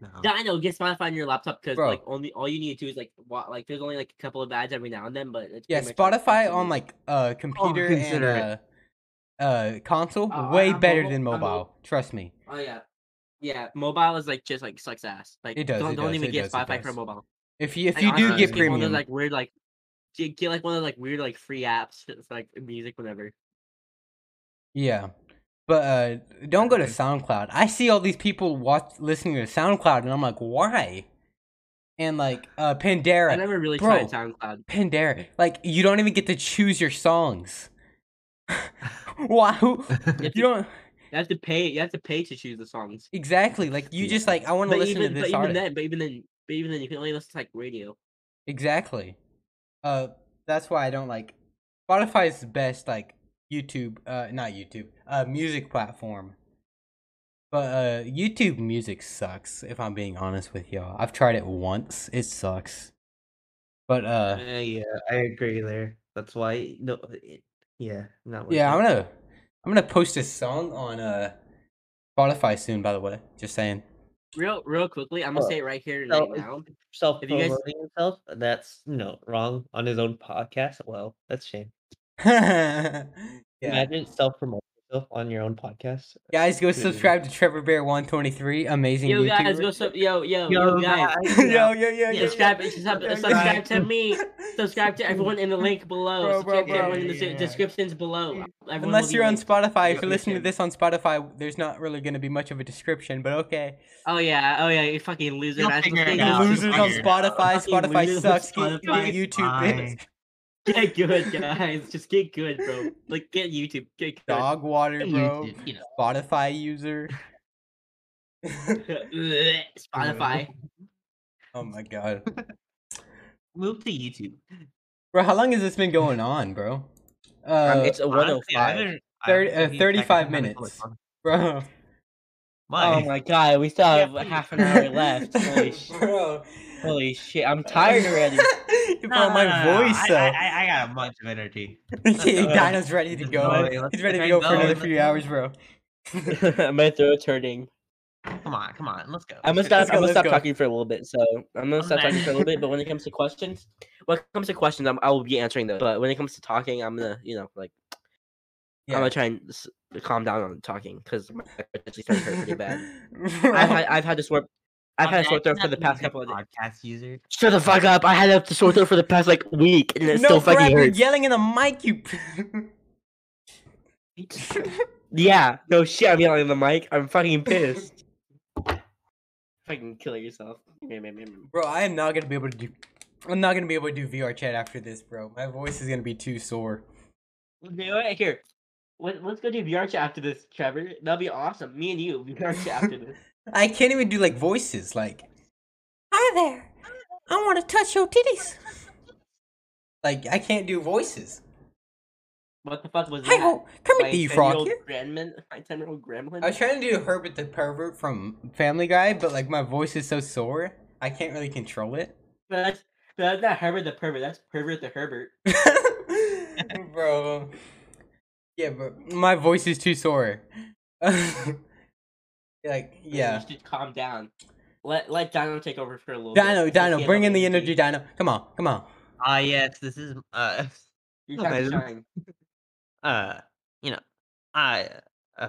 No.
Dino, get Spotify on your laptop because
Bro.
like only all you need to do is like wa- like there's only like a couple of ads every now and then, but it's
Yeah,
pretty much, like,
Spotify
constant
on like
music.
uh computer and
consider
uh,
it.
uh console
Uh,
way
on
better
mobile-
than
on
mobile.
mobile.
Trust me.
oh yeah, yeah. Mobile is like just like sucks ass. Like
It does,
Don't,
it
don't
does,
even
it
get
does, it
Spotify for
does.
mobile.
If you if
Like,
you do
honestly,
get
just one of those,
premium,
like weird like get, get like one of those like weird like free apps that's like music whatever.
yeah. But uh don't go to SoundCloud. I see all these people watch listening to SoundCloud, and I'm like, why? And like uh Pandera.
I never really
Bro.
tried SoundCloud.
Pandera. Like you don't even get to choose your songs. Why? Who,
If
you don't
You have to pay. You have to pay to choose the songs.
exactly like you just
Yeah.
like I want to
But
listen
even,
to
but
this
even
artist.
then, but even then, but even then, you can only listen to like radio.
Exactly. Uh, that's why I don't like Spotify is the best like YouTube. Uh, not YouTube. Uh, music platform. But uh, YouTube music sucks. If I'm being honest with y'all, I've tried it once. It sucks. But uh,
Uh, yeah, I agree there. That's why no, it- yeah, not worth
yeah,
it.
I'm gonna I'm gonna post a song on uh Spotify soon. By the way, just saying.
Real, real quickly, I'm gonna
Oh,
say it right here
so
right
it's-
now.
self
If you guys-
promoting himself. That's no wrong on his own podcast. Well, that's shame.
yeah.
Imagine self promoting yourself on your own podcast.
Guys, go subscribe to Trevor Bear 123. Amazing.
Yo guys,
YouTuber.
go sub. Yo, yo, yo, guys.
yo, yo, yo, yo,
subscribe,
yo.
sub-
Yo, yo.
subscribe to me. Subscribe to everyone in the link below.
Bro, bro,
subscribe to
bro,
everyone in the
yeah.
s descriptions below. Everyone will
Unless
be
you're on
linked.
Spotify, if
Yeah,
you're
me
listening to
too.
this on Spotify, there's not really going to be much of a description, but okay.
Oh yeah, oh yeah, you fucking loser.
You'll
That's the
figure it
thing.
out.
I'll
Losers
Losers
on
fire.
Spotify.
Fucking
Spotify
losers
sucks.
on
Get, get
Spotify.
YouTube. bitch.
Get good, guys. Just get good, bro. Like get YouTube. Get good.
Dog water, bro.
YouTube, you know.
Spotify user.
Bleh, Spotify.
oh my god,
Move to YouTube.
bro. How long has this been going on, bro?
Um,
Uh,
it's a
oh
Honestly,
105.
don't- I
Thirty-
don't
uh,
think I
35
can have it all
minutes. Oh
at once.
bro.
Why?
Oh my god, we still have
please.
half an hour left. Holy shit.
bro.
Holy shit, I'm tired already.
you
No,
brought my
no, no, no,
voice
I,
up.
I, I, I got a bunch of energy.
Okay,
Uh,
Dino's ready to
just
go.
going, let's
He's ready to
get
go for another
going,
few
let's
hours, bro.
My throat's hurting.
Come on, come on, let's go.
I'm
Let's
gonna
go.
stop.
Let's
I'm gonna
let's
stop
go.
talking for a little bit. So I'm gonna stop talking for a little bit. But when it comes to questions, when it comes to questions, I'm, I will be answering those. But when it comes to talking, I'm gonna, you know, like I'm
Yeah.
gonna try and s- calm down on talking because my throat actually started hurt pretty bad. I've had, I've had to sort. I've had a sore throat for the past couple of days.
podcast user.
Shut the fuck up! I had a sore throat for the past like week, and
no
it still
crap,
fucking
you're
hurts.
yelling in the mic, you.
Yeah, no shit. I'm yelling at the mic. I'm fucking pissed. fucking kill yourself.
bro, I am not gonna be able to do. I'm not gonna be able to do VR chat after this, bro. My voice is gonna be too sore.
Let's do it here. Let, let's go do VR chat after this, Trevor. That'll be awesome. Me and you VR chat after this.
I can't even do like voices. Like, Hi there. I want to touch your titties. Like I can't do voices.
What the fuck was
Hi
that?
ho, come
My
here, D Frog.
10-year-old Gremlin, my ten-year-old gremlin.
I was trying to do Herbert the pervert from Family Guy, but like my voice is so sore, I can't really control it.
But that's but that's not Herbert the pervert. That's pervert the Herbert.
bro. Yeah, but my voice is too sore. like,
Dude,
yeah.
You should calm down. Let let Dino take over for a little.
Dino,
bit. He'll
Dino,
feel
bring in the energy, Dino. Come on, come on.
Ah, yes, this is uh,
Your time to
Amazing.
shine.
uh, you know, I
Uh,
uh,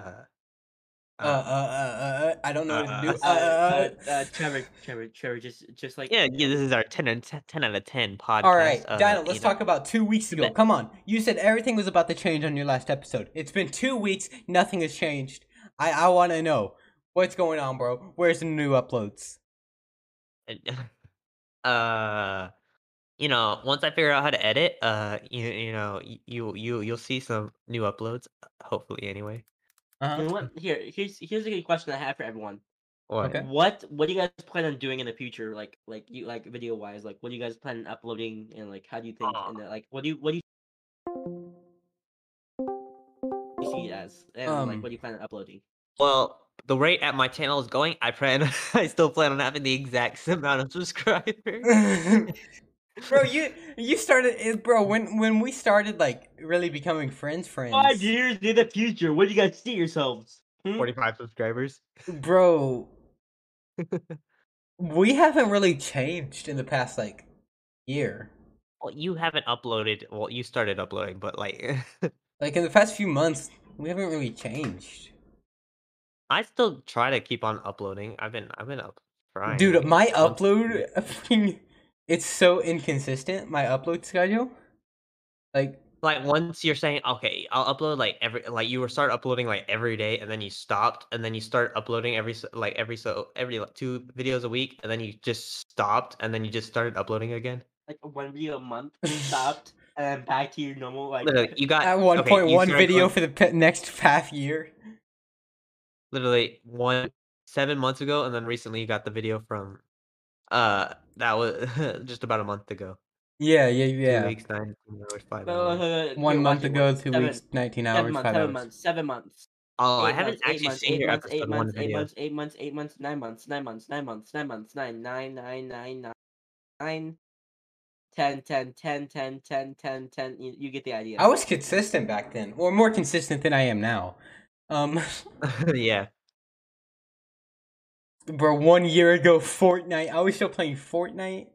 uh, uh, uh, uh, I don't know what to do.
Uh,
Uh, uh,
uh, uh, Trevor, Trevor, Trevor, just just like
yeah, yeah, this is our 10 out, 10 out of 10 podcast.
all right,
uh,
Dino,
you
let's
know.
talk about two weeks ago. Come on. You said everything was about to change on your last episode. It's been two weeks, nothing has changed. I, I want to know what's going on, bro. Where's the new uploads?
uh you know once i figure out how to edit uh you you know y- you you you'll see some new uploads hopefully anyway
You know
Uh-huh.
what? Here, here's here's a good question I have for everyone.
or
Okay.
What what do you guys plan on doing in the future? Like like you like video wise, like what do you guys plan on uploading and like how do you think
Aw.
and uh, like what do you what do you you see it as and
Um,
like what do you plan on uploading?
well the rate at my channel is going i plan i still plan on having the exact same amount of subscribers
bro, you you started, eh, bro. When when we started like really becoming friends, friends,
Five years in the future, what do you guys see yourselves? Hmm?
45 subscribers
bro. we haven't really changed in the past like year.
well you haven't uploaded well you started uploading but like
Like in the past few months, we haven't really changed,
i still try to keep on uploading i've been i've been up trying
dude.
like,
My
once a
upload,
week.
fucking- it's so inconsistent. My upload schedule, like
like once you're saying okay i'll upload like every like you were start uploading like every day and then you stopped and then you start uploading every so- like every so every like two videos a week and then you just stopped and then you just started uploading again
Like one video a month, stopped, and then back to your normal like
literally you got
at one
okay,
point
you
one
started
video
going-
for the pe- next half year.
literally one seven months ago and then recently you got the video from uh that was just about a month ago
Yeah, yeah,
Two
yeah.
weeks, nine hours, five
No, no,
hours.
no, no,
One
you're
month
watching
ago,
one-
two
seven-
weeks, 19
Seven
hours,
months,
5
seven
hours.
months, seven months.
oh i
eight
haven't
months, eight
actually
months,
seen
eight
your
months,
episode
eight
one
months, eight
video
months, eight months, eight months, nine months, nine months, nine months, nine months, nine, nine, nine, nine, nine, nine, ten, ten, ten, ten, ten, ten, ten. You, you get the idea.
I was consistent back then, or more consistent than I am now. Um,
yeah
bro, one year ago, Fortnite. I was still playing Fortnite,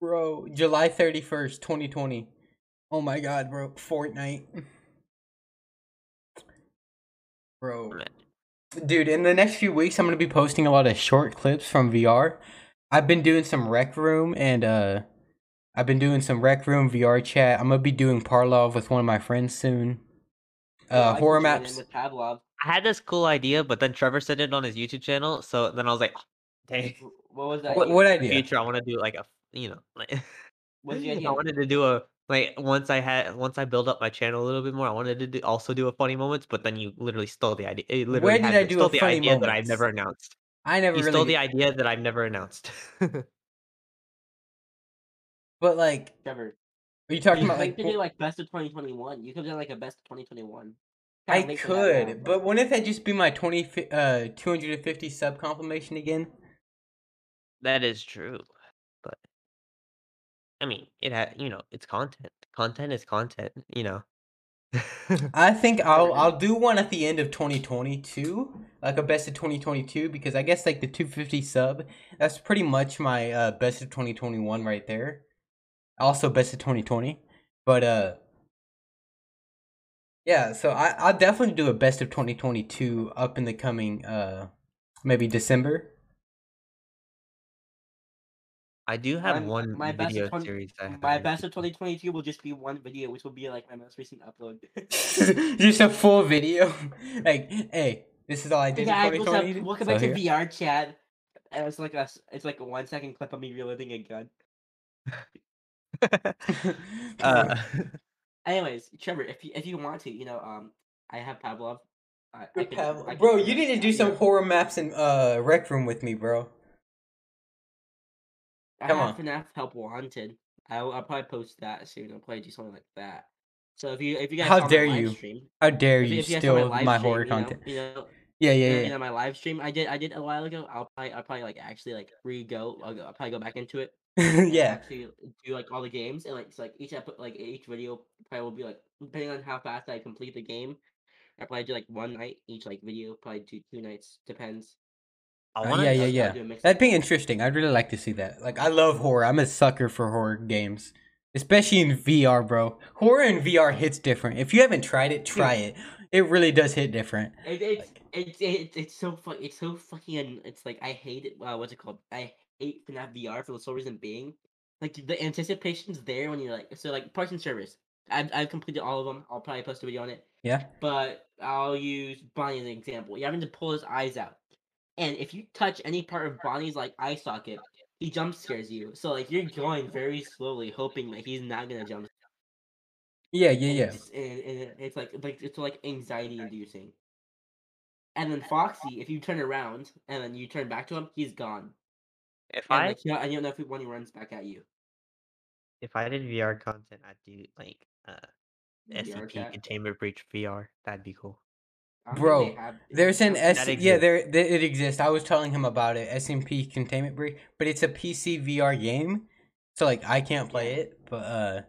bro. July thirty first, twenty twenty. Oh my god, bro, Fortnite, bro. Dude, in the next few weeks, I'm gonna be posting a lot of short clips from VR. I've been doing some rec room and uh, I've been doing some rec room VR chat. I'm gonna be doing Parlov with one of my friends soon.
Oh, I
Uh,
can
horror
join in
maps.
with Pavlov.
I had this cool idea, but then Trevor said it on his YouTube channel. So then I was like, "Oh, dang,
Wh- What was that?
What, what
in the
idea?
future I want to do like a, you know, like,
What's the
I
idea?
wanted to do a like once I had once I build up my channel a little bit more, I wanted to do, also do a funny moments. But then you literally stole the idea. you Literally
did
had
I
the-
do a
stole the
funny
idea that I've
moments?
never announced?
I never
You
really.
stole the idea that I've never announced.
But like,
Trevor.
are you talking
You
about like?
could do like best of 2021. You could do like a best of 2021.
I
Kinda late for that now,
could, but wouldn't that just be my twenty fi- uh two hundred and fifty sub confirmation again?
that is true, but I mean, it had you know, it's content. Content is content. You know.
I think I'll
Sure.
I'll do one at the end of twenty twenty two, like a best of twenty twenty two, because I guess like the two fifty sub, that's pretty much my uh best of twenty twenty one right there. Also best of twenty twenty, but uh. Yeah, so I I'll definitely do a best of 2022 up in the coming uh maybe December.
I do have
My-
one
my best of
video
20
series. I have Uh,
My
on
best of
YouTube.
2022 will just be one video, which will be like my most recent upload.
just a full video. like, hey, this is all I did
Yeah,
in
what's up?
2020.
Welcome
So
back to
Oh, here-
VR chat. And it's like a, s- it's like a one second clip of me reloading a gun.
uh,
Anyways, Trevor, if you if you want to, you know, um, I have Pavlov. I, I could-
Pavel-
I could
bro,
join
you
in
need to
chat,
do
you
some
know.
horror maps and uh rec room with me, bro.
I
Come
have
on.
FNAF Help Wanted. I, will probably post that soon. I'll probably do something like that. So if you if you guys
How
saw my
dare
live
you.
stream,
How dare
if
you
if guys saw
steal my,
live stream,
horror
you know-
content?
You know,
yeah,
yeah,
yeah,
yeah.
yeah.
my live stream I did I did a while ago. I'll probably I'll probably like actually like re go. I'll, go, I'll probably go back into it. and
yeah.
Actually, do like all the games and like so, like each epi- like each video probably will be like depending on how fast I complete the game. I probably do like one night each like video. Probably do two nights. Depends.
I
Uh,
want
yeah,
to
yeah, yeah. That'd be interesting. I'd really like to see that. Like, I love horror. I'm a sucker for horror games, especially in VR, bro. Horror in VR hits different. If you haven't tried it, try it. It really does hit different.
It, it's, it's it's it's so fuck it's so fucking un- it's like I hate it. Uh, what's it called? I hate FNAF VR for the sole reason being, like the anticipation's there when you like so like parts and service. I've I've completed all of them. I'll probably post a video on it.
Yeah.
But I'll use Bonnie as an example. You're having to pull his eyes out, and if you touch any part of Bonnie's like eye socket, he jump scares you. So like you're going very slowly, hoping that he's not gonna jump.
Yeah, yeah, yeah.
It's- and, and it- it's like like it's like anxiety inducing. And then Foxy, if you turn around and then you turn back to him, he's gone.
if
And
I
like, you know, and you don't know if he, when he runs back at you.
if I did VR content, I'd do like uh
VR
SCP
chat.
Containment Breach VR. That'd be cool.
I don't think they
Bro,
have-
There's an
I
S.
that
Yeah,
exists.
there th- it exists. I was telling him about it. SMP Containment Breach, but it's a PC VR game, so like I can't play it. But uh,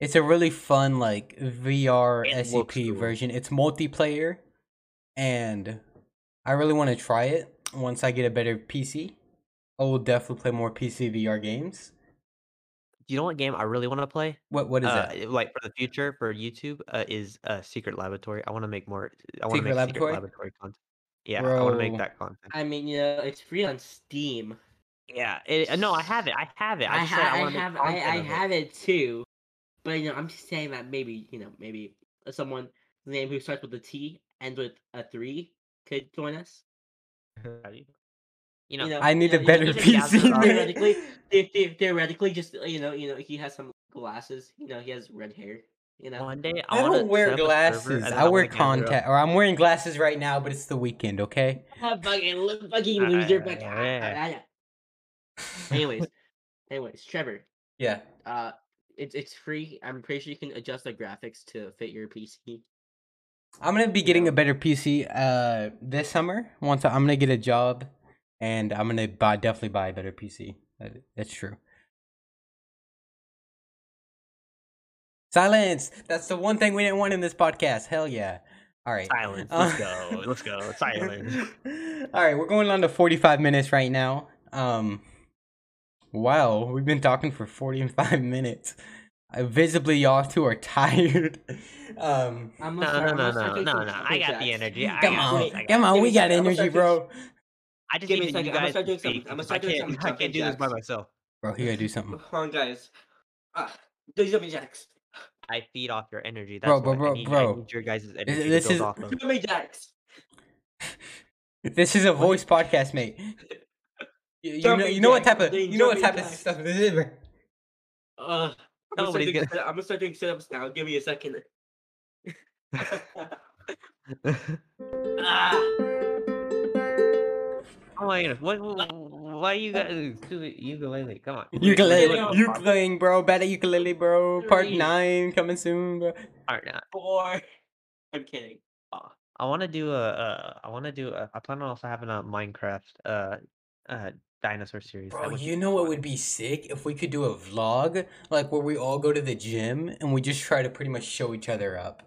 it's a really fun like VR
It looks
SCP
cool.
version. It's multiplayer, and I really want to try it once I get a better PC. I will definitely play more PC VR games.
You know what game I really want to play?
What what is
uh,
that?
Like for the future for YouTube uh, is uh, Secret Laboratory. I want to make more. I want to
Secret
make
Laboratory?
Secret Laboratory content. Yeah, I want to
Bro.
make that content.
I mean, you know, it's free on Steam.
Yeah, it, uh, no, I have it. I have it. I,
I,
just said
ha-
I,
I,
want to
have
make
I,
content
I
of it.
have it too, but you know, I'm just saying that maybe you know maybe someone name who starts with a T ends with a three could join us.
You know,
I need a
you
better
you just-
PC.
download
Theoretically,
man.
the- the- theoretically, just uh, you know, you know, he has some glasses. You know, he has red hair. You know,
one day I,
I
wanna
don't wear
set up a server,
glasses.
and then
I wear
wanna gather up-
contact, or I'm wearing glasses right now, but it's the weekend. Okay.
fucking li- fucking
Ah,
loser.
yeah,
But
yeah, yeah.
anyways, anyways, Trevor,
Yeah.
uh, it's it's free. I'm pretty sure you can adjust the graphics to fit your PC.
I'm gonna be getting a better PC uh this summer. Once I, I'm gonna get a job, and I'm gonna buy definitely buy a better PC. That- that's true. Silence. That's the one thing we didn't want in this podcast. Hell yeah. All right.
Silence. Let's
Uh,
go. Let's go. Silence.
All right, we're going on to 45 minutes right now. Um, wow, we've been talking for 45 minutes. Uh, visibly, y'all two are tired. Um,
I'm
No, no,
gonna start- I'm
no,
gonna
no,
start
no,
doing some
no. I got
shopping
the
chats.
energy. I
come
got
on,
this, I got
come
this.
on,
give
we
me
got
some- I'm
energy,
sorry,
bro.
I just
Give me
need you
a second, I'm gonna
guys
start
to
doing some-
speak.
I'm gonna
because I
start doing
can't.
some
I
jumping
can't do this by
jacks.
myself.
Bro, you gotta do something,
Hold on, guys. Ah, do jumping jacks.
I feed off your energy. That's
bro,
what
bro, bro,
I need, I
bro.
need your guys' energy
this
to build
is-
off of.
Jumping jacks.
This is a voice podcast, mate. You, you know,
Jumping
you know what
jacks,
type of,
doing
you know what
jumping
type of
jacks.
stuff this is. bro.
Uh, I'm, gonna start
Nobody's
doing
gonna-
sit- I'm gonna start doing sit-ups now. Give me a second. ah,
oh my goodness! What, what- why you guys do it? Ukulele, come on.
Ukulele,
Ukulele.
ukulele, bro. Better ukulele, bro. Part
Three.
nine coming soon, bro.
Alright, now,
boy. I'm kidding.
I want to do a. Uh, I want to do. A, I plan on also having a Minecraft uh, uh, dinosaur series. that
Bro,
would be
you know what
fun.
would be sick if we could do a vlog, like where we all go to the gym and we just try to pretty much show each other up.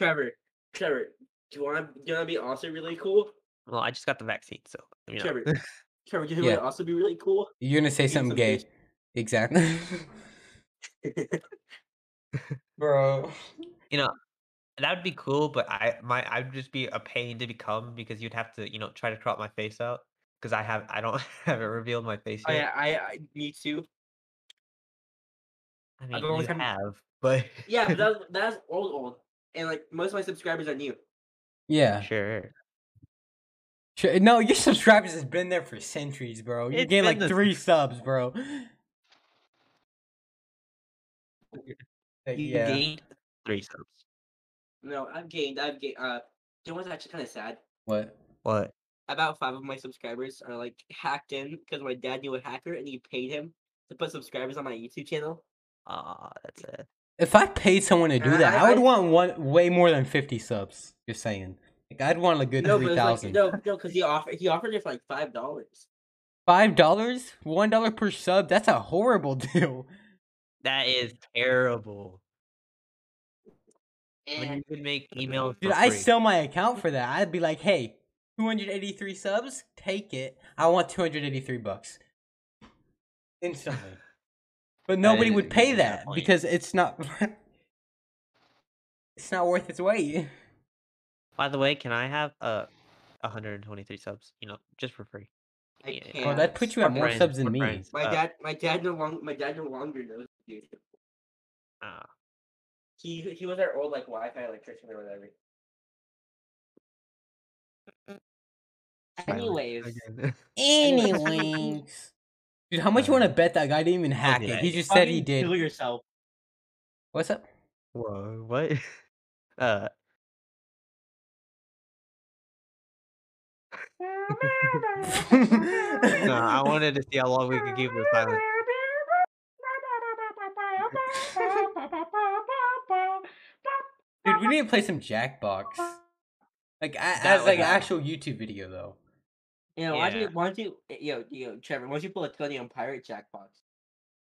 Trevor, Trevor, do you want to do you want to be also really cool?
Well, I just got the vaccine, so you know.
Trevor, Trevor, do you
Yeah.
want to also be really cool?
You're gonna say
Eat
something
some
gay.
fish.
Exactly.
Oh,
Bro.
that would be cool, but I my I would just be a pain to become because you'd have to you know try to crop my face out because I have I don't haven't revealed my face
Oh,
I,
yet.
I, I, me too.
I mean,
I've only
you
had-
have, but
Yeah, but that's that's old, old, and like most of my subscribers are new.
Yeah.
sure.
Sure. No, your subscribers has been there for centuries, bro. You
It's
gained
been
like
the-
three subs, bro. Like,
You
yeah.
gained three subs.
No, I've gained, I've gained. Uh, you know what's actually kind of sad?
What?
What?
about five of my subscribers are like hacked in because my dad knew a hacker and he paid him to put subscribers on my YouTube channel.
Ah, that's it.
If I paid someone to do that, I would
I-
want one way more than fifty subs. Just saying, like I'd want a good
No, but
three
it's like,
thousand.
no, no, because he offered he offered it for like five dollars.
Five dollars, one dollar per sub. That's a horrible deal.
That is terrible. When
And
you can make emails.
Dude,
for
I
free.
sell my account for that. I'd be like, hey, 283 subs, take it. I want 283 bucks. Instantly. But nobody
is
would
a good
pay
point.
that because it's not it's not worth its weight.
By the way, can I have uh, 123 subs? You know, just for free.
I
Yeah,
can't.
Well, Oh, that puts you at
For
more
friends,
subs than
for
me.
friends.
my
Uh,
dad, my dad no longer, my dad no longer knows YouTube.
ah,
He he was our old like Wi-Fi electrician or whatever.
silence
Anyways,
again.
Anyways. Dude, how much you want to bet that guy didn't even hack Uh, it? He
Okay.
just said he
fucking Kill
did.
yourself.
What's up?
Whoa, what? Uh, no, I wanted to see how long we could keep this silence.
Dude, we need to play some Jackbox. Like a-
That
as
would
like
help.
actual YouTube video though.
You know, why don't you,
Yeah.
why don't you, eh, yo, yo, Trevor, why don't you pull a twenty on Pirate Jackbox?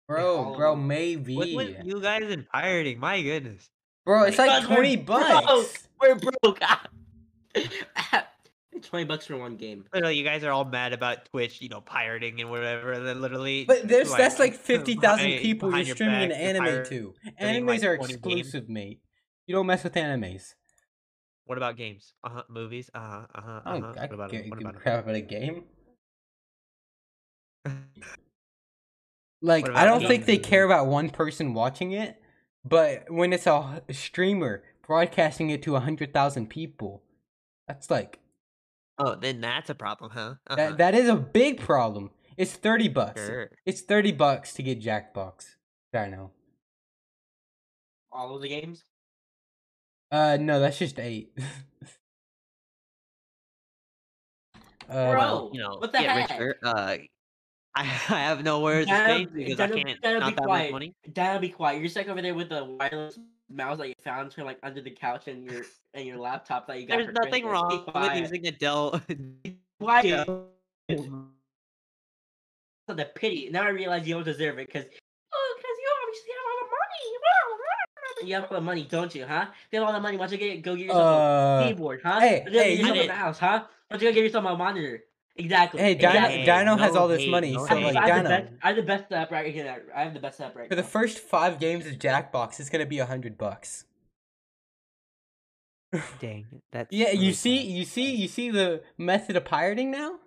Bro,
all
bro,
of 'em.
maybe.
What was you guys in pirating? My goodness.
Bro, it's like
Because we're
twenty bucks.
We're broke. twenty bucks for one game.
Literally, you guys are all mad about Twitch, you know, pirating and whatever. And then literally,
But there's
like,
that's like fifty thousand
behind-
people you're
behind your
streaming an
back, the
anime
pirate-
to.
doing,
Animes
like,
are
20 games.
exclusive, mate. You don't mess with animes.
What about games? Uh huh. Movies. Uh huh. Uh huh.
I
Uh-huh.
don't I
What about
give
it? What
a
about it?
crap about a game. Like
What
I
about
don't think they
games?
care about one person watching it, but when it's a h- streamer broadcasting it to hundred thousand people, that's like
Oh, then that's a problem, huh? Uh-huh.
that, that is a big problem. It's thirty bucks.
Sure.
It's thirty bucks to get Jackbox. I know.
All of the games.
Uh, no, that's just eight. uh,
Bro,
you know,
what the
get
heck?
richer. Uh, I, I have no words to
That'll
say
be-
because I
that'll-
can't
that'll
not
be
that much
quiet.
money.
Dad, be quiet. You're just like over there with the wireless mouse that you found from like under the couch and your and your laptop that you got.
There's
for
nothing
Christmas.
wrong
Be
with
quiet.
using a Dell.
Quiet.
Dude,
It's the pity. Now I realize you don't deserve it because oh, because you obviously have all the money. Wow, wow, wow. You have all the money, don't you? Huh? You have all the money. Why don't you get go get yourself a
uh,
keyboard? Huh?
hey,
Why don't you
hey,
get yourself
you-
a mouse? Huh? Why don't you go get yourself a monitor? Exactly.
hey, Dino,
exactly.
Dino has
no
all this
hate,
money,
no
so
hate.
like,
I have the
Dino,
best. I have the best app right here. I have the best app right
for the
now.
first five games of Jackbox, it's gonna be a hundred bucks.
Dang, that's
Yeah,
really
you see,
sad.
you see, you see the method of pirating now.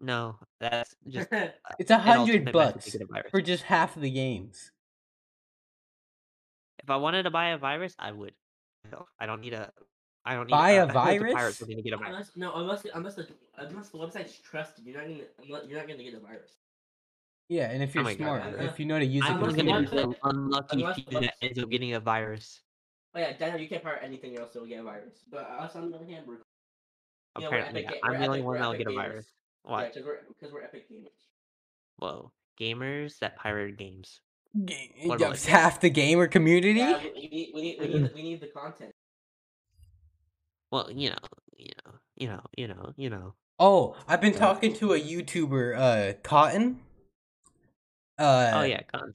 No, that's just an
It's a hundred
alternate method to
bucks
get a virus.
for just half of the games.
If I wanted to buy a virus, I would. No, I don't need a. I don't need
Buy a
a, I don't need to pirate
virus?
something to get a virus.
Unless no, unless unless the unless the website's trusted, you're not gonna unless, you're not gonna get the virus.
Yeah, and if
Oh
you're
my God,
smart,
I'm
if you know how to use
I'm
it,
unless
just
the
correctly.
gonna be
website-
the unlucky
unless the
few that
website-
ends up getting a virus.
Oh yeah, Daniel, you can't pirate anything else, so you'll get a virus. But us on the other hand, we're yeah, we're
Apparently,
epic, ga-
I'm
we're
the only
epic-
one
we're
that'll
epic
get a
gamers.
virus.
Yeah,
Why?
'cause we're because we're epic gamers.
Whoa, gamers that pirate games.
Ga-
What about
that's half the gamer community.
Yeah, we, we need we need we need, we need the content.
Well, you know, you know, you know, you know, you know.
Oh, I've been
Yeah.
talking to a YouTuber, uh, Cotton. Uh,
oh yeah, cons.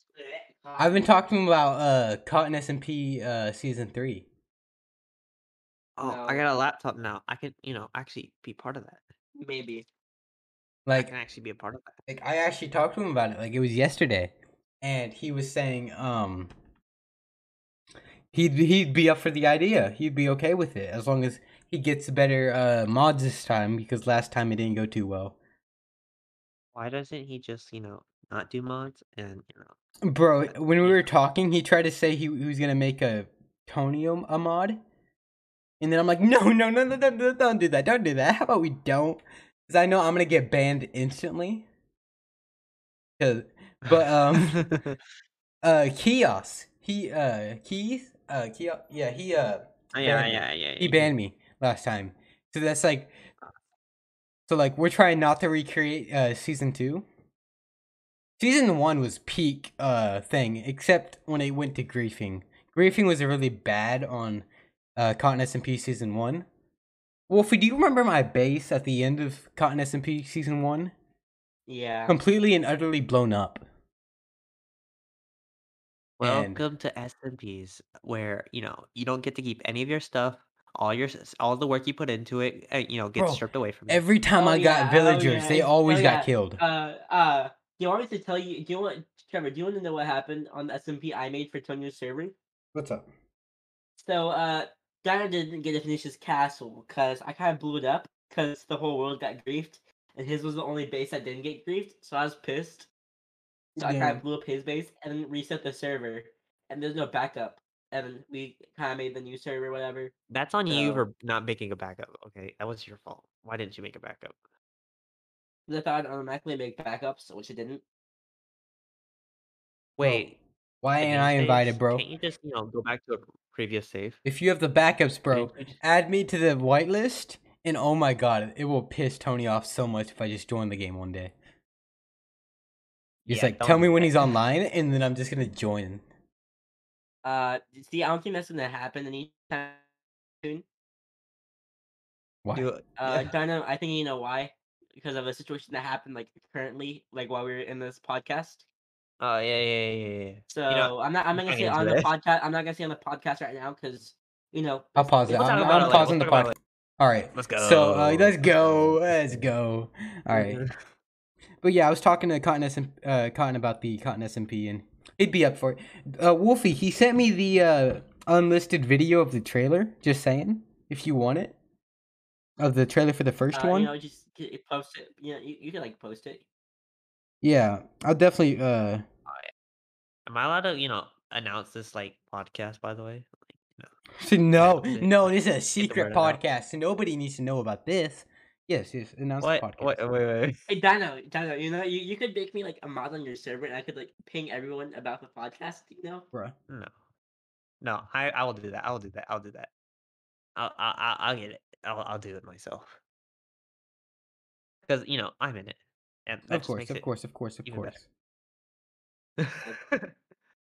I've been talking about uh Cotton S and P uh season three.
Oh, I
No.
got a laptop now. I can, you know, actually be part of that.
maybe.
I
Like,
can actually be a part of that.
like I actually talked to him about it. Like it was yesterday, and he was saying um he'd he'd be up for the idea. He'd be okay with it as long as he gets better uh mods this time because last time it didn't go too well.
Why doesn't he just, you know, not do mods and you know?
Bro,
But,
when we
yeah.
were talking, he tried to say he, he was gonna make a Tony a a mod, and then I'm like, no, no, no, no, no, no, don't do that, don't do that. How about we don't? Because I know I'm gonna get banned instantly. 'Cause- But um, uh, Kios, he uh, Keith, uh, Kios, yeah, he uh,
Oh, yeah,
banned me.
yeah, yeah, yeah.
he banned me last time. So that's like So like we're trying not to recreate uh season two. Season one was peak uh thing, except when it went to griefing. Griefing was really bad on uh Cotton S and P season one. Wolfie, do you remember my base at the end of Cotton S and P season one?
Yeah.
Completely and utterly blown up. And-
Welcome to SMPs, where you know you don't get to keep any of your stuff. All your s- all the work you put into it, uh, you know, gets
Bro,
stripped away from you.
Every time
Oh,
I
yeah,
got
oh,
villagers, they
yeah,
always
oh,
got
yeah.
killed.
Uh, uh, do you want me to tell you? Do you want Trevor? Do you want to know what happened on the SMP I made for Tonyo's server?
What's up?
So, uh, Dinah didn't get to finish his castle because I kind of blew it up because the whole world got griefed, and his was the only base that didn't get griefed. So I was pissed. So I kind
Yeah.
of blew up his base and then reset the server, and there's no backup. And then we kind of made the new server, whatever.
That's on you
So-
for not making a backup. Okay, that was your fault. Why didn't you make a backup?
'Cause I thought I'd automatically make backups, which it didn't.
Wait,
Why
in
ain't
these
I invited,
days,
bro?
Can't you just you know go back to a previous save?
If you have the backups, bro,
Can't you just-
add me to the whitelist, and oh my god, it will piss Tony off so much if I just join the game one day. He's
Yeah,
like,
don't
tell me
do
when
that.
he's online, and then I'm just gonna join.
Uh, see, I don't think that's gonna happen anytime soon.
Why?
Do it.
Uh,
Yeah.
Dinah, I think you know why, because of a situation that happened like currently, like while we were in this podcast.
Oh yeah, yeah, yeah, yeah, yeah.
So
know,
I'm not. I'm not
I'm
gonna say
getting
on
into
the
this.
podcast. I'm not gonna say on the podcast right now because you know.
I'll pause it.
We'll talk
I'm,
about
I'm
it later.
pausing
We'll
the
talk about
podcast.
it
All right.
Let's
So uh,
go.
let's
Let's
go.
go.
Let's go. All right. But yeah, I was talking to Cotton SM, uh, Cotton about the Cotton SMP, and he'd be up for it. Uh, Wolfie, he sent me the uh, unlisted video of the trailer. Just saying, if you want it, of the trailer for the first
uh,
one.
You know, just c- post it. You know, you, you can like post it.
yeah, I'll definitely. Uh,
Am I allowed to you know announce this like podcast? By the way, like, you know,
say no,
Okay.
no, this is a
word
secret
out.
podcast, so nobody needs to know about this. Yes, yes, announce
what?
the podcast.
What? Wait, wait. wait.
Hey Dino, Dino, you know you, you could make me like a mod on your server, and I could like ping everyone about the podcast. You know,
Bruh.
No, no. I I will do that. I will do that. I'll do that. I'll I'll, I'll- I'll get it. I'll I'll do it myself. Because you know I'm in it, and that
Of
just
course,
makes
of
it-
course, of course, of
even better.
course.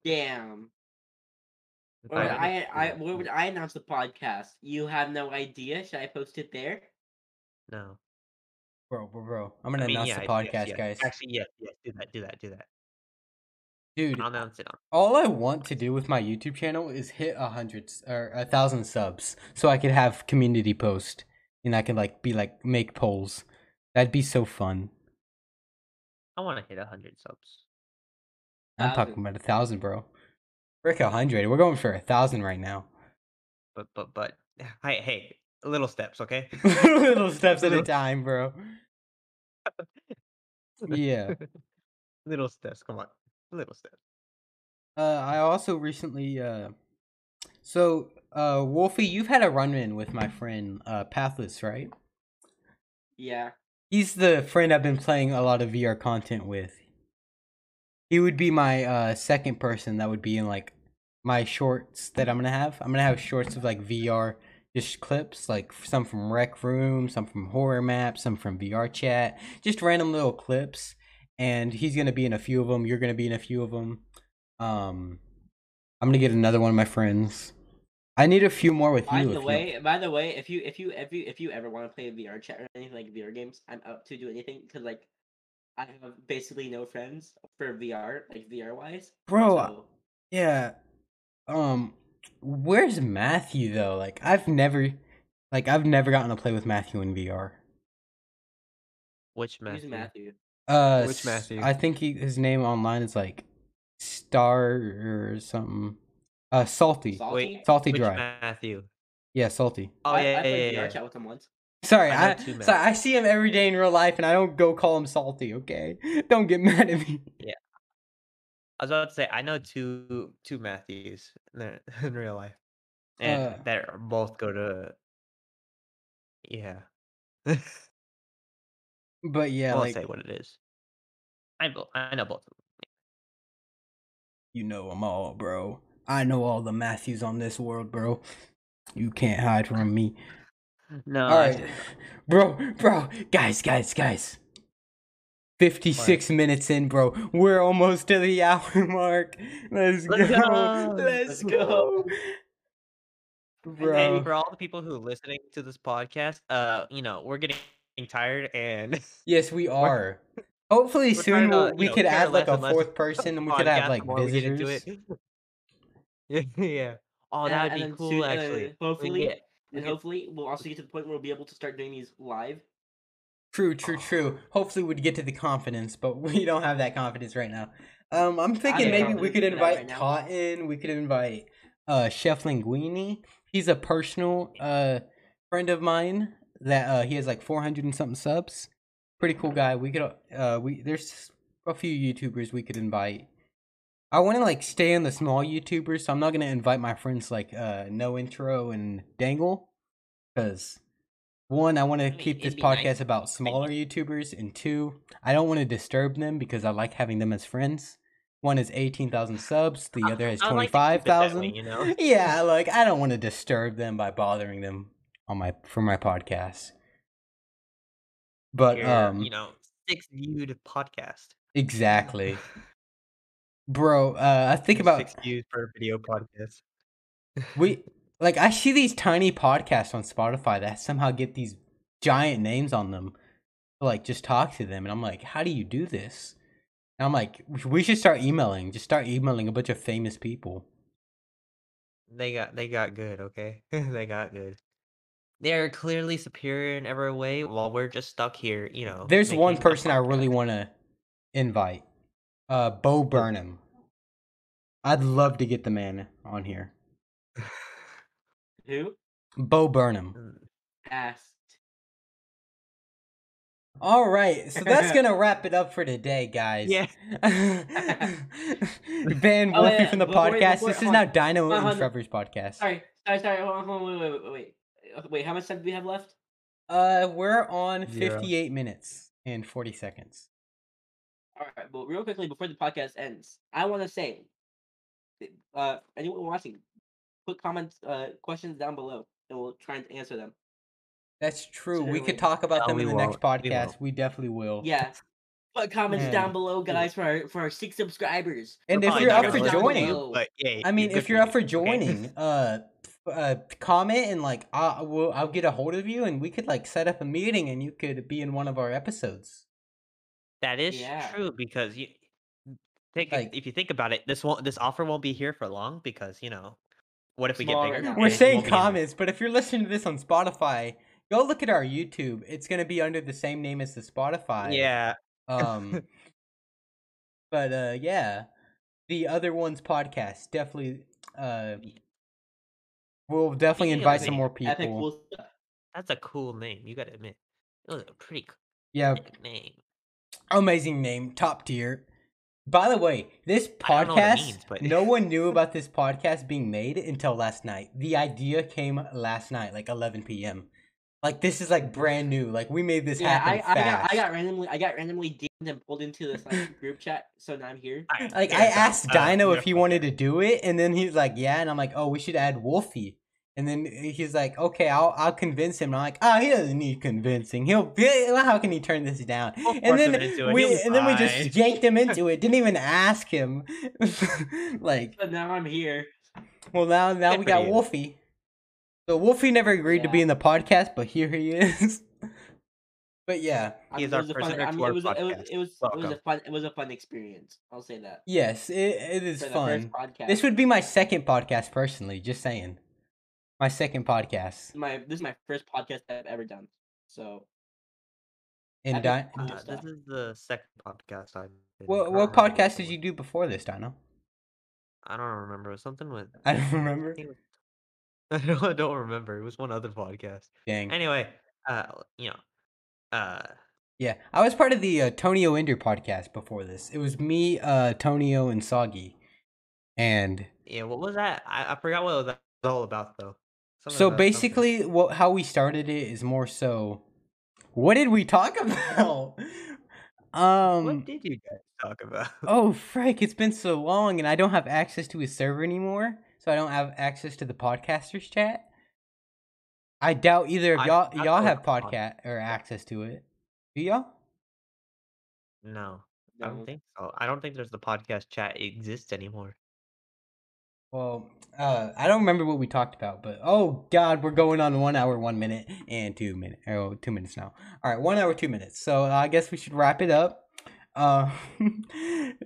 damn. Where
I'm
would
in it,
I,
you
I,
know,
where would I announce the podcast? You have no idea. Should I post it there?
No.
Bro, bro, bro. I'm gonna
I mean,
announce
yeah,
the
yes,
podcast,
yes.
guys.
Actually, yes, yes. Do that. Do that. Do that.
Dude,
I'll announce it on.
all I want to do with my YouTube channel is hit a hundred s- or a thousand subs, so I could have community post and I could like be like make polls. That'd be so fun.
I want to hit hundred subs.
I'm talking
Thousand.
about a thousand, bro. Frick a hundred. We're going for a thousand right now.
But but but hey hey, little steps, okay?
Little steps at a
Little-
time, bro. Yeah.
little steps. Come on, little steps.
Uh, I also recently. Uh, so, uh, Wolfie, you've had a run in with my friend uh, Pathless, right?
Yeah.
He's the friend I've been playing a lot of VR content with. He would be my uh, second person that would be in like my shorts that I'm gonna have. I'm gonna have shorts of like VR just clips, like some from Rec Room, some from Horror Map, some from VR Chat, just random little clips. And he's gonna be in a few of them. You're gonna be in a few of them. Um, I'm gonna get another one of my friends. I need a few more with
By
you.
the
if you-
way, by the way, if you if you if you if you ever want to play VR chat or anything like VR games, I'm up to do anything because like I have basically no friends for VR like VR wise.
bro.
so,
Yeah. Um where's Matthew though? Like I've never like I've never gotten to play with Matthew in VR.
Which
who's
Matthew?
Matthew?
Uh
Which
s-
Matthew?
I think he, his name online is like Star or something. Uh Salty.
Salty.
Salty
Which
Dry.
Matthew?
yeah, Salty.
Oh
I,
yeah,
I
yeah,
played
yeah,
VR
yeah.
chat with him once.
Sorry,
I know
I,
two
sorry, I see him every day in real life and I don't go call him Salty, okay? Don't get mad at me.
I was about to say I know two two Matthews in, their- in real life, and
Uh.
they both go to. Yeah, I
But yeah,
won't
like
say what it is. I bo- I know both. of 'em.
You know 'em all, bro. I know all the Matthews on this world, bro. You can't hide from me.
No.
All
I
right,
did not.
bro, bro, guys, guys, guys. Fifty-six minutes in, bro. We're almost to the hour mark. Let's,
Let's
go.
go.
Let's
Let's
go,
And
bro.
for all the people who are listening to this podcast, uh, you know, we're getting tired and
Yes, we are. Hopefully
we're
soon
trying to,
we'll,
you
we
know,
could
care
add like
less
a
and less
fourth person, and we could
podcast
add like
the more we get into
visitors.
it. yeah. Oh,
And-
that
and
would be
then
cool,
uh,
soon- and then
actually. We
hopefully-
get- we
And
get-
hopefully, we'll also get to the point where we'll be able to start doing these live.
True, true, true. Hopefully, we'd get to the confidence, but we don't have that confidence right now. Um, I'm thinking
have
maybe we
confidence
could
in that right
invite
now.
Cotton. We could invite uh Chef Linguini. He's a personal uh friend of mine that uh he has like 400 and something subs. Pretty cool guy. We could uh we there's a few YouTubers we could invite. I want to like stay on the small YouTubers, so I'm not gonna invite my friends like uh No Intro and Dangle, because one, I want to
mean,
keep this
it'd be nice
podcast about smaller YouTubers, and two, I don't want to disturb them because I like having them as friends. One is eighteen thousand subs, the other has
I would
twenty
like to keep
five
it that way,
thousand.
you know?
Yeah, like I don't want to disturb them by bothering them on my for my podcast. But
Your,
um,
you know, six viewed podcast.
exactly, bro. Uh, I think
Your
about
six views per video podcast.
We like I see these tiny podcasts on Spotify that somehow get these giant names on them. to, Like just talk to them, and I'm like, how do you do this? And I'm like, "We- we should start emailing. Just start emailing a bunch of famous people.
They got they got good, okay? they got good. They are clearly superior in every way, while we're just stuck here, you know.
There's one
making a
person I really
podcast.
want to invite, uh, Bo Burnham. I'd love to get the man on here,
Who
Bo Burnham.
Mm.
asked?
All right, so that's gonna wrap it up for today, guys.
Yeah.
Van Wolfie
Oh, yeah,
from the
before-
podcast.
before-
this is
hold
now
on.
Dino
Hold on,
and
hold on.
Trevor's podcast.
Sorry, sorry, sorry. Hold on, hold on, wait, wait, wait, wait. Uh, Wait, how much time do we have left?
Uh, we're on
Zero.
58 minutes and 40 seconds.
All right, well, real quickly before the podcast ends, I want to say, uh, anyone watching, put comments, uh, questions down below, and we'll try and answer them.
That's true. We
Certainly.
could talk about
No,
them in
we
the next
won't. We
podcast. We definitely will.
Yeah, put comments
Oh. Man.
down below, guys, for our for our six subscribers.
And
We're
if
probably
you're
not
up for
gonna
Comments down
listen to you,
joining,
below.
but yay,
I mean,
good
if
for
you're up for
you, okay?
joining, uh, uh, comment and like, I will, I'll get a hold of you, and we could like set up a meeting, and you could be in one of our episodes.
That is
Yeah.
true because you think
Like-
if you think about it, this won't this offer won't be here for long because you know what if we
Small
get
right
bigger?
now.
We're
It
saying
won't be in the-
comments, but if you're listening to this on Spotify, go look at our YouTube. It's gonna be under the same name as the Spotify.
Yeah,
Um But uh yeah. The other ones podcast definitely uh we'll definitely
Speaking of
invite some
the
more
Epic
people.
cool stuff.
that's a cool name. You got to admit, it was a pretty
Yeah,
cool name.
amazing name, top tier. By the way, this
I don't know what it
podcast
means, but-
no one knew about this podcast being made until last night. The idea came last night, like eleven PM. Like this is like brand new. Like we made this
Yeah,
happen
I, I
fast.
got I got randomly I got randomly DM'd and pulled into this like group chat, so now I'm here.
All right,
Like
yeah,
I
so,
asked
uh,
Dino
we're
if he
gonna-
wanted to do it, and then he's like, "Yeah," and I'm like, "Oh, we should add Wolfie." And then he's like, "Okay, I'll I'll convince him." And I'm like, "Oh, he doesn't need convincing. He'll how can he turn this down?"
We'll
and
force
then
him into it.
we
He'll be
and then we
fine.
just yanked him into it. Didn't even ask him. like,
But now I'm here.
well now now
Good
we
for
got
you.
Wolfie. So Wolfie never agreed to be
Yeah.
in the podcast, but here he is. but yeah.
I'm-
He's
it
our
was a
first
fun- I'm-
actual
it was a- it was-
podcast.
It was it was a
Welcome.
fun it was a fun experience. I'll say that.
Yes, it, it is
For the
fun.
first podcast.
This would be my second podcast personally, just saying. My second podcast.
my this is my first podcast I've ever done. So
And
Epic.
Di-
Uh,
Uh, this is the second podcast I. did.
what
I
what
don't remember
podcast
which
did you
one.
do before this, Dino?
I don't remember. It was something with.
I don't remember.
think it was- I don't, I don't remember. It was one other podcast.
Dang.
Anyway, uh, you know, uh,
Yeah, I was part of the uh, Tonio Ender podcast before this. It was me, uh, Tonio, and Soggy. And
yeah, what was that? I, I forgot what that was all about though. Something
so
about something.
basically, what how we started it is more so, what did we talk about? Um,
what did you guys talk about?
Oh, Frank, it's been so long, and I don't have access to his server anymore, so I don't have access to the podcasters chat. I doubt either of
I-
y'all
I
y'all
work
have
on-
podcast or access to it. Do y'all?
No, I
No.
don't think so. I don't think there's the podcast chat exists anymore.
Well, uh, I don't remember what we talked about, but oh god, we're going on one hour, one minute, and two minute. Oh, two minutes now. All right, one hour, two minutes. So I guess we should wrap it up. Uh,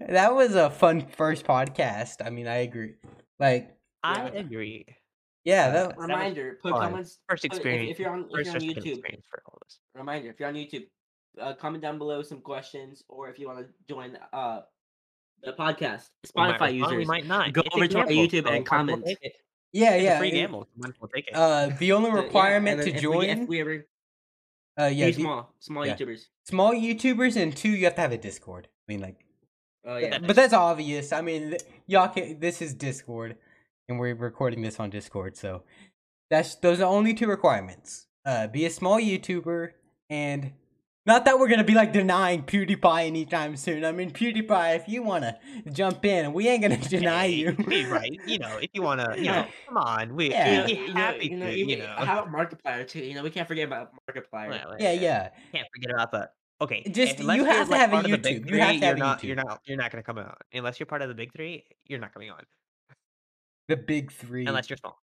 that was a fun first podcast. I mean, I agree. Like,
I
Yeah.
agree.
yeah,
Uh,
that,
was
Reminder: put
fun.
comments.
First
put- if-
experience.
If, you're on, if
First
you're on
just an
YouTube,
experience for all of us.
reminder: if you're on YouTube, uh, comment down below some questions, or if you want to join uh the podcast,
We might
Spotify
respond, we
users.
might not.
go
It's a
over to our
gamble,
YouTube
so
and
might as well
comment.
take it.
yeah,
It's
yeah.
a free
it-
gamble. Might as well take it.
Uh, the only
So, yeah,
requirement
and
to
then if we get-
join,
if we ever
uh, yeah,
be
the-
small, small
yeah.
YouTubers.
small YouTubers, and two, you have to have a Discord. I mean, like,
Oh yeah.
but that's obvious. I mean, th- y'all can. This is Discord, and we're recording this on Discord, so that's those are the only two requirements. Uh, be a small YouTuber, and not that we're gonna be like denying PewDiePie anytime soon. I mean, PewDiePie, if you wanna jump in, we ain't gonna deny
Hey,
you.
hey, right? You know, if you want to, you know,
Yeah.
come on, we,
Yeah.
we'd be happy
you know,
to,
you
you
know,
know.
how about Markiplier too? You know, we can't forget about Markiplier.
Well,
Yeah,
uh,
yeah.
Can't forget about that. Okay,
Just-
and unless
you
you're,
have to
like,
have a
part of the
YouTube.
big
You have
three,
to have a
you're not, You're
YouTube.
not. You're not going to come on unless you're part of the big three. You're not coming on
The big three.
unless you're small.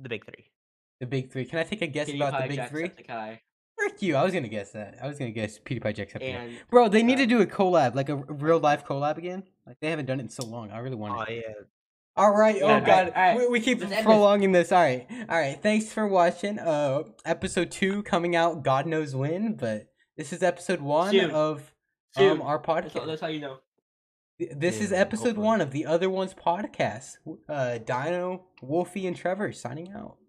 The big three.
the big three. Can I take a guess
PewDiePie,
about the big three?
Jacksepticeye,
Frick you! I was gonna guess that. I was gonna guess PewDiePie, Jacksepticeye.
and
Bro, they need to
Um,
do a collab, like a r- real life collab again. Like they haven't done it in so long. I really want
Oh
it.
yeah.
All right.
Yeah,
Oh
alright,
god,
alright.
we, we keep
Let's end this.
prolonging this. All right, all right. Thanks for watching. Uh, episode two coming out. God knows when, but this is episode one
Soon.
of
Soon.
um our
that's, how,
podcast.
that's how you know.
Th- This is
Yeah,
episode
hopefully.
one of the other ones podcast. Uh, Dino, Wolfie, and Trevor signing out.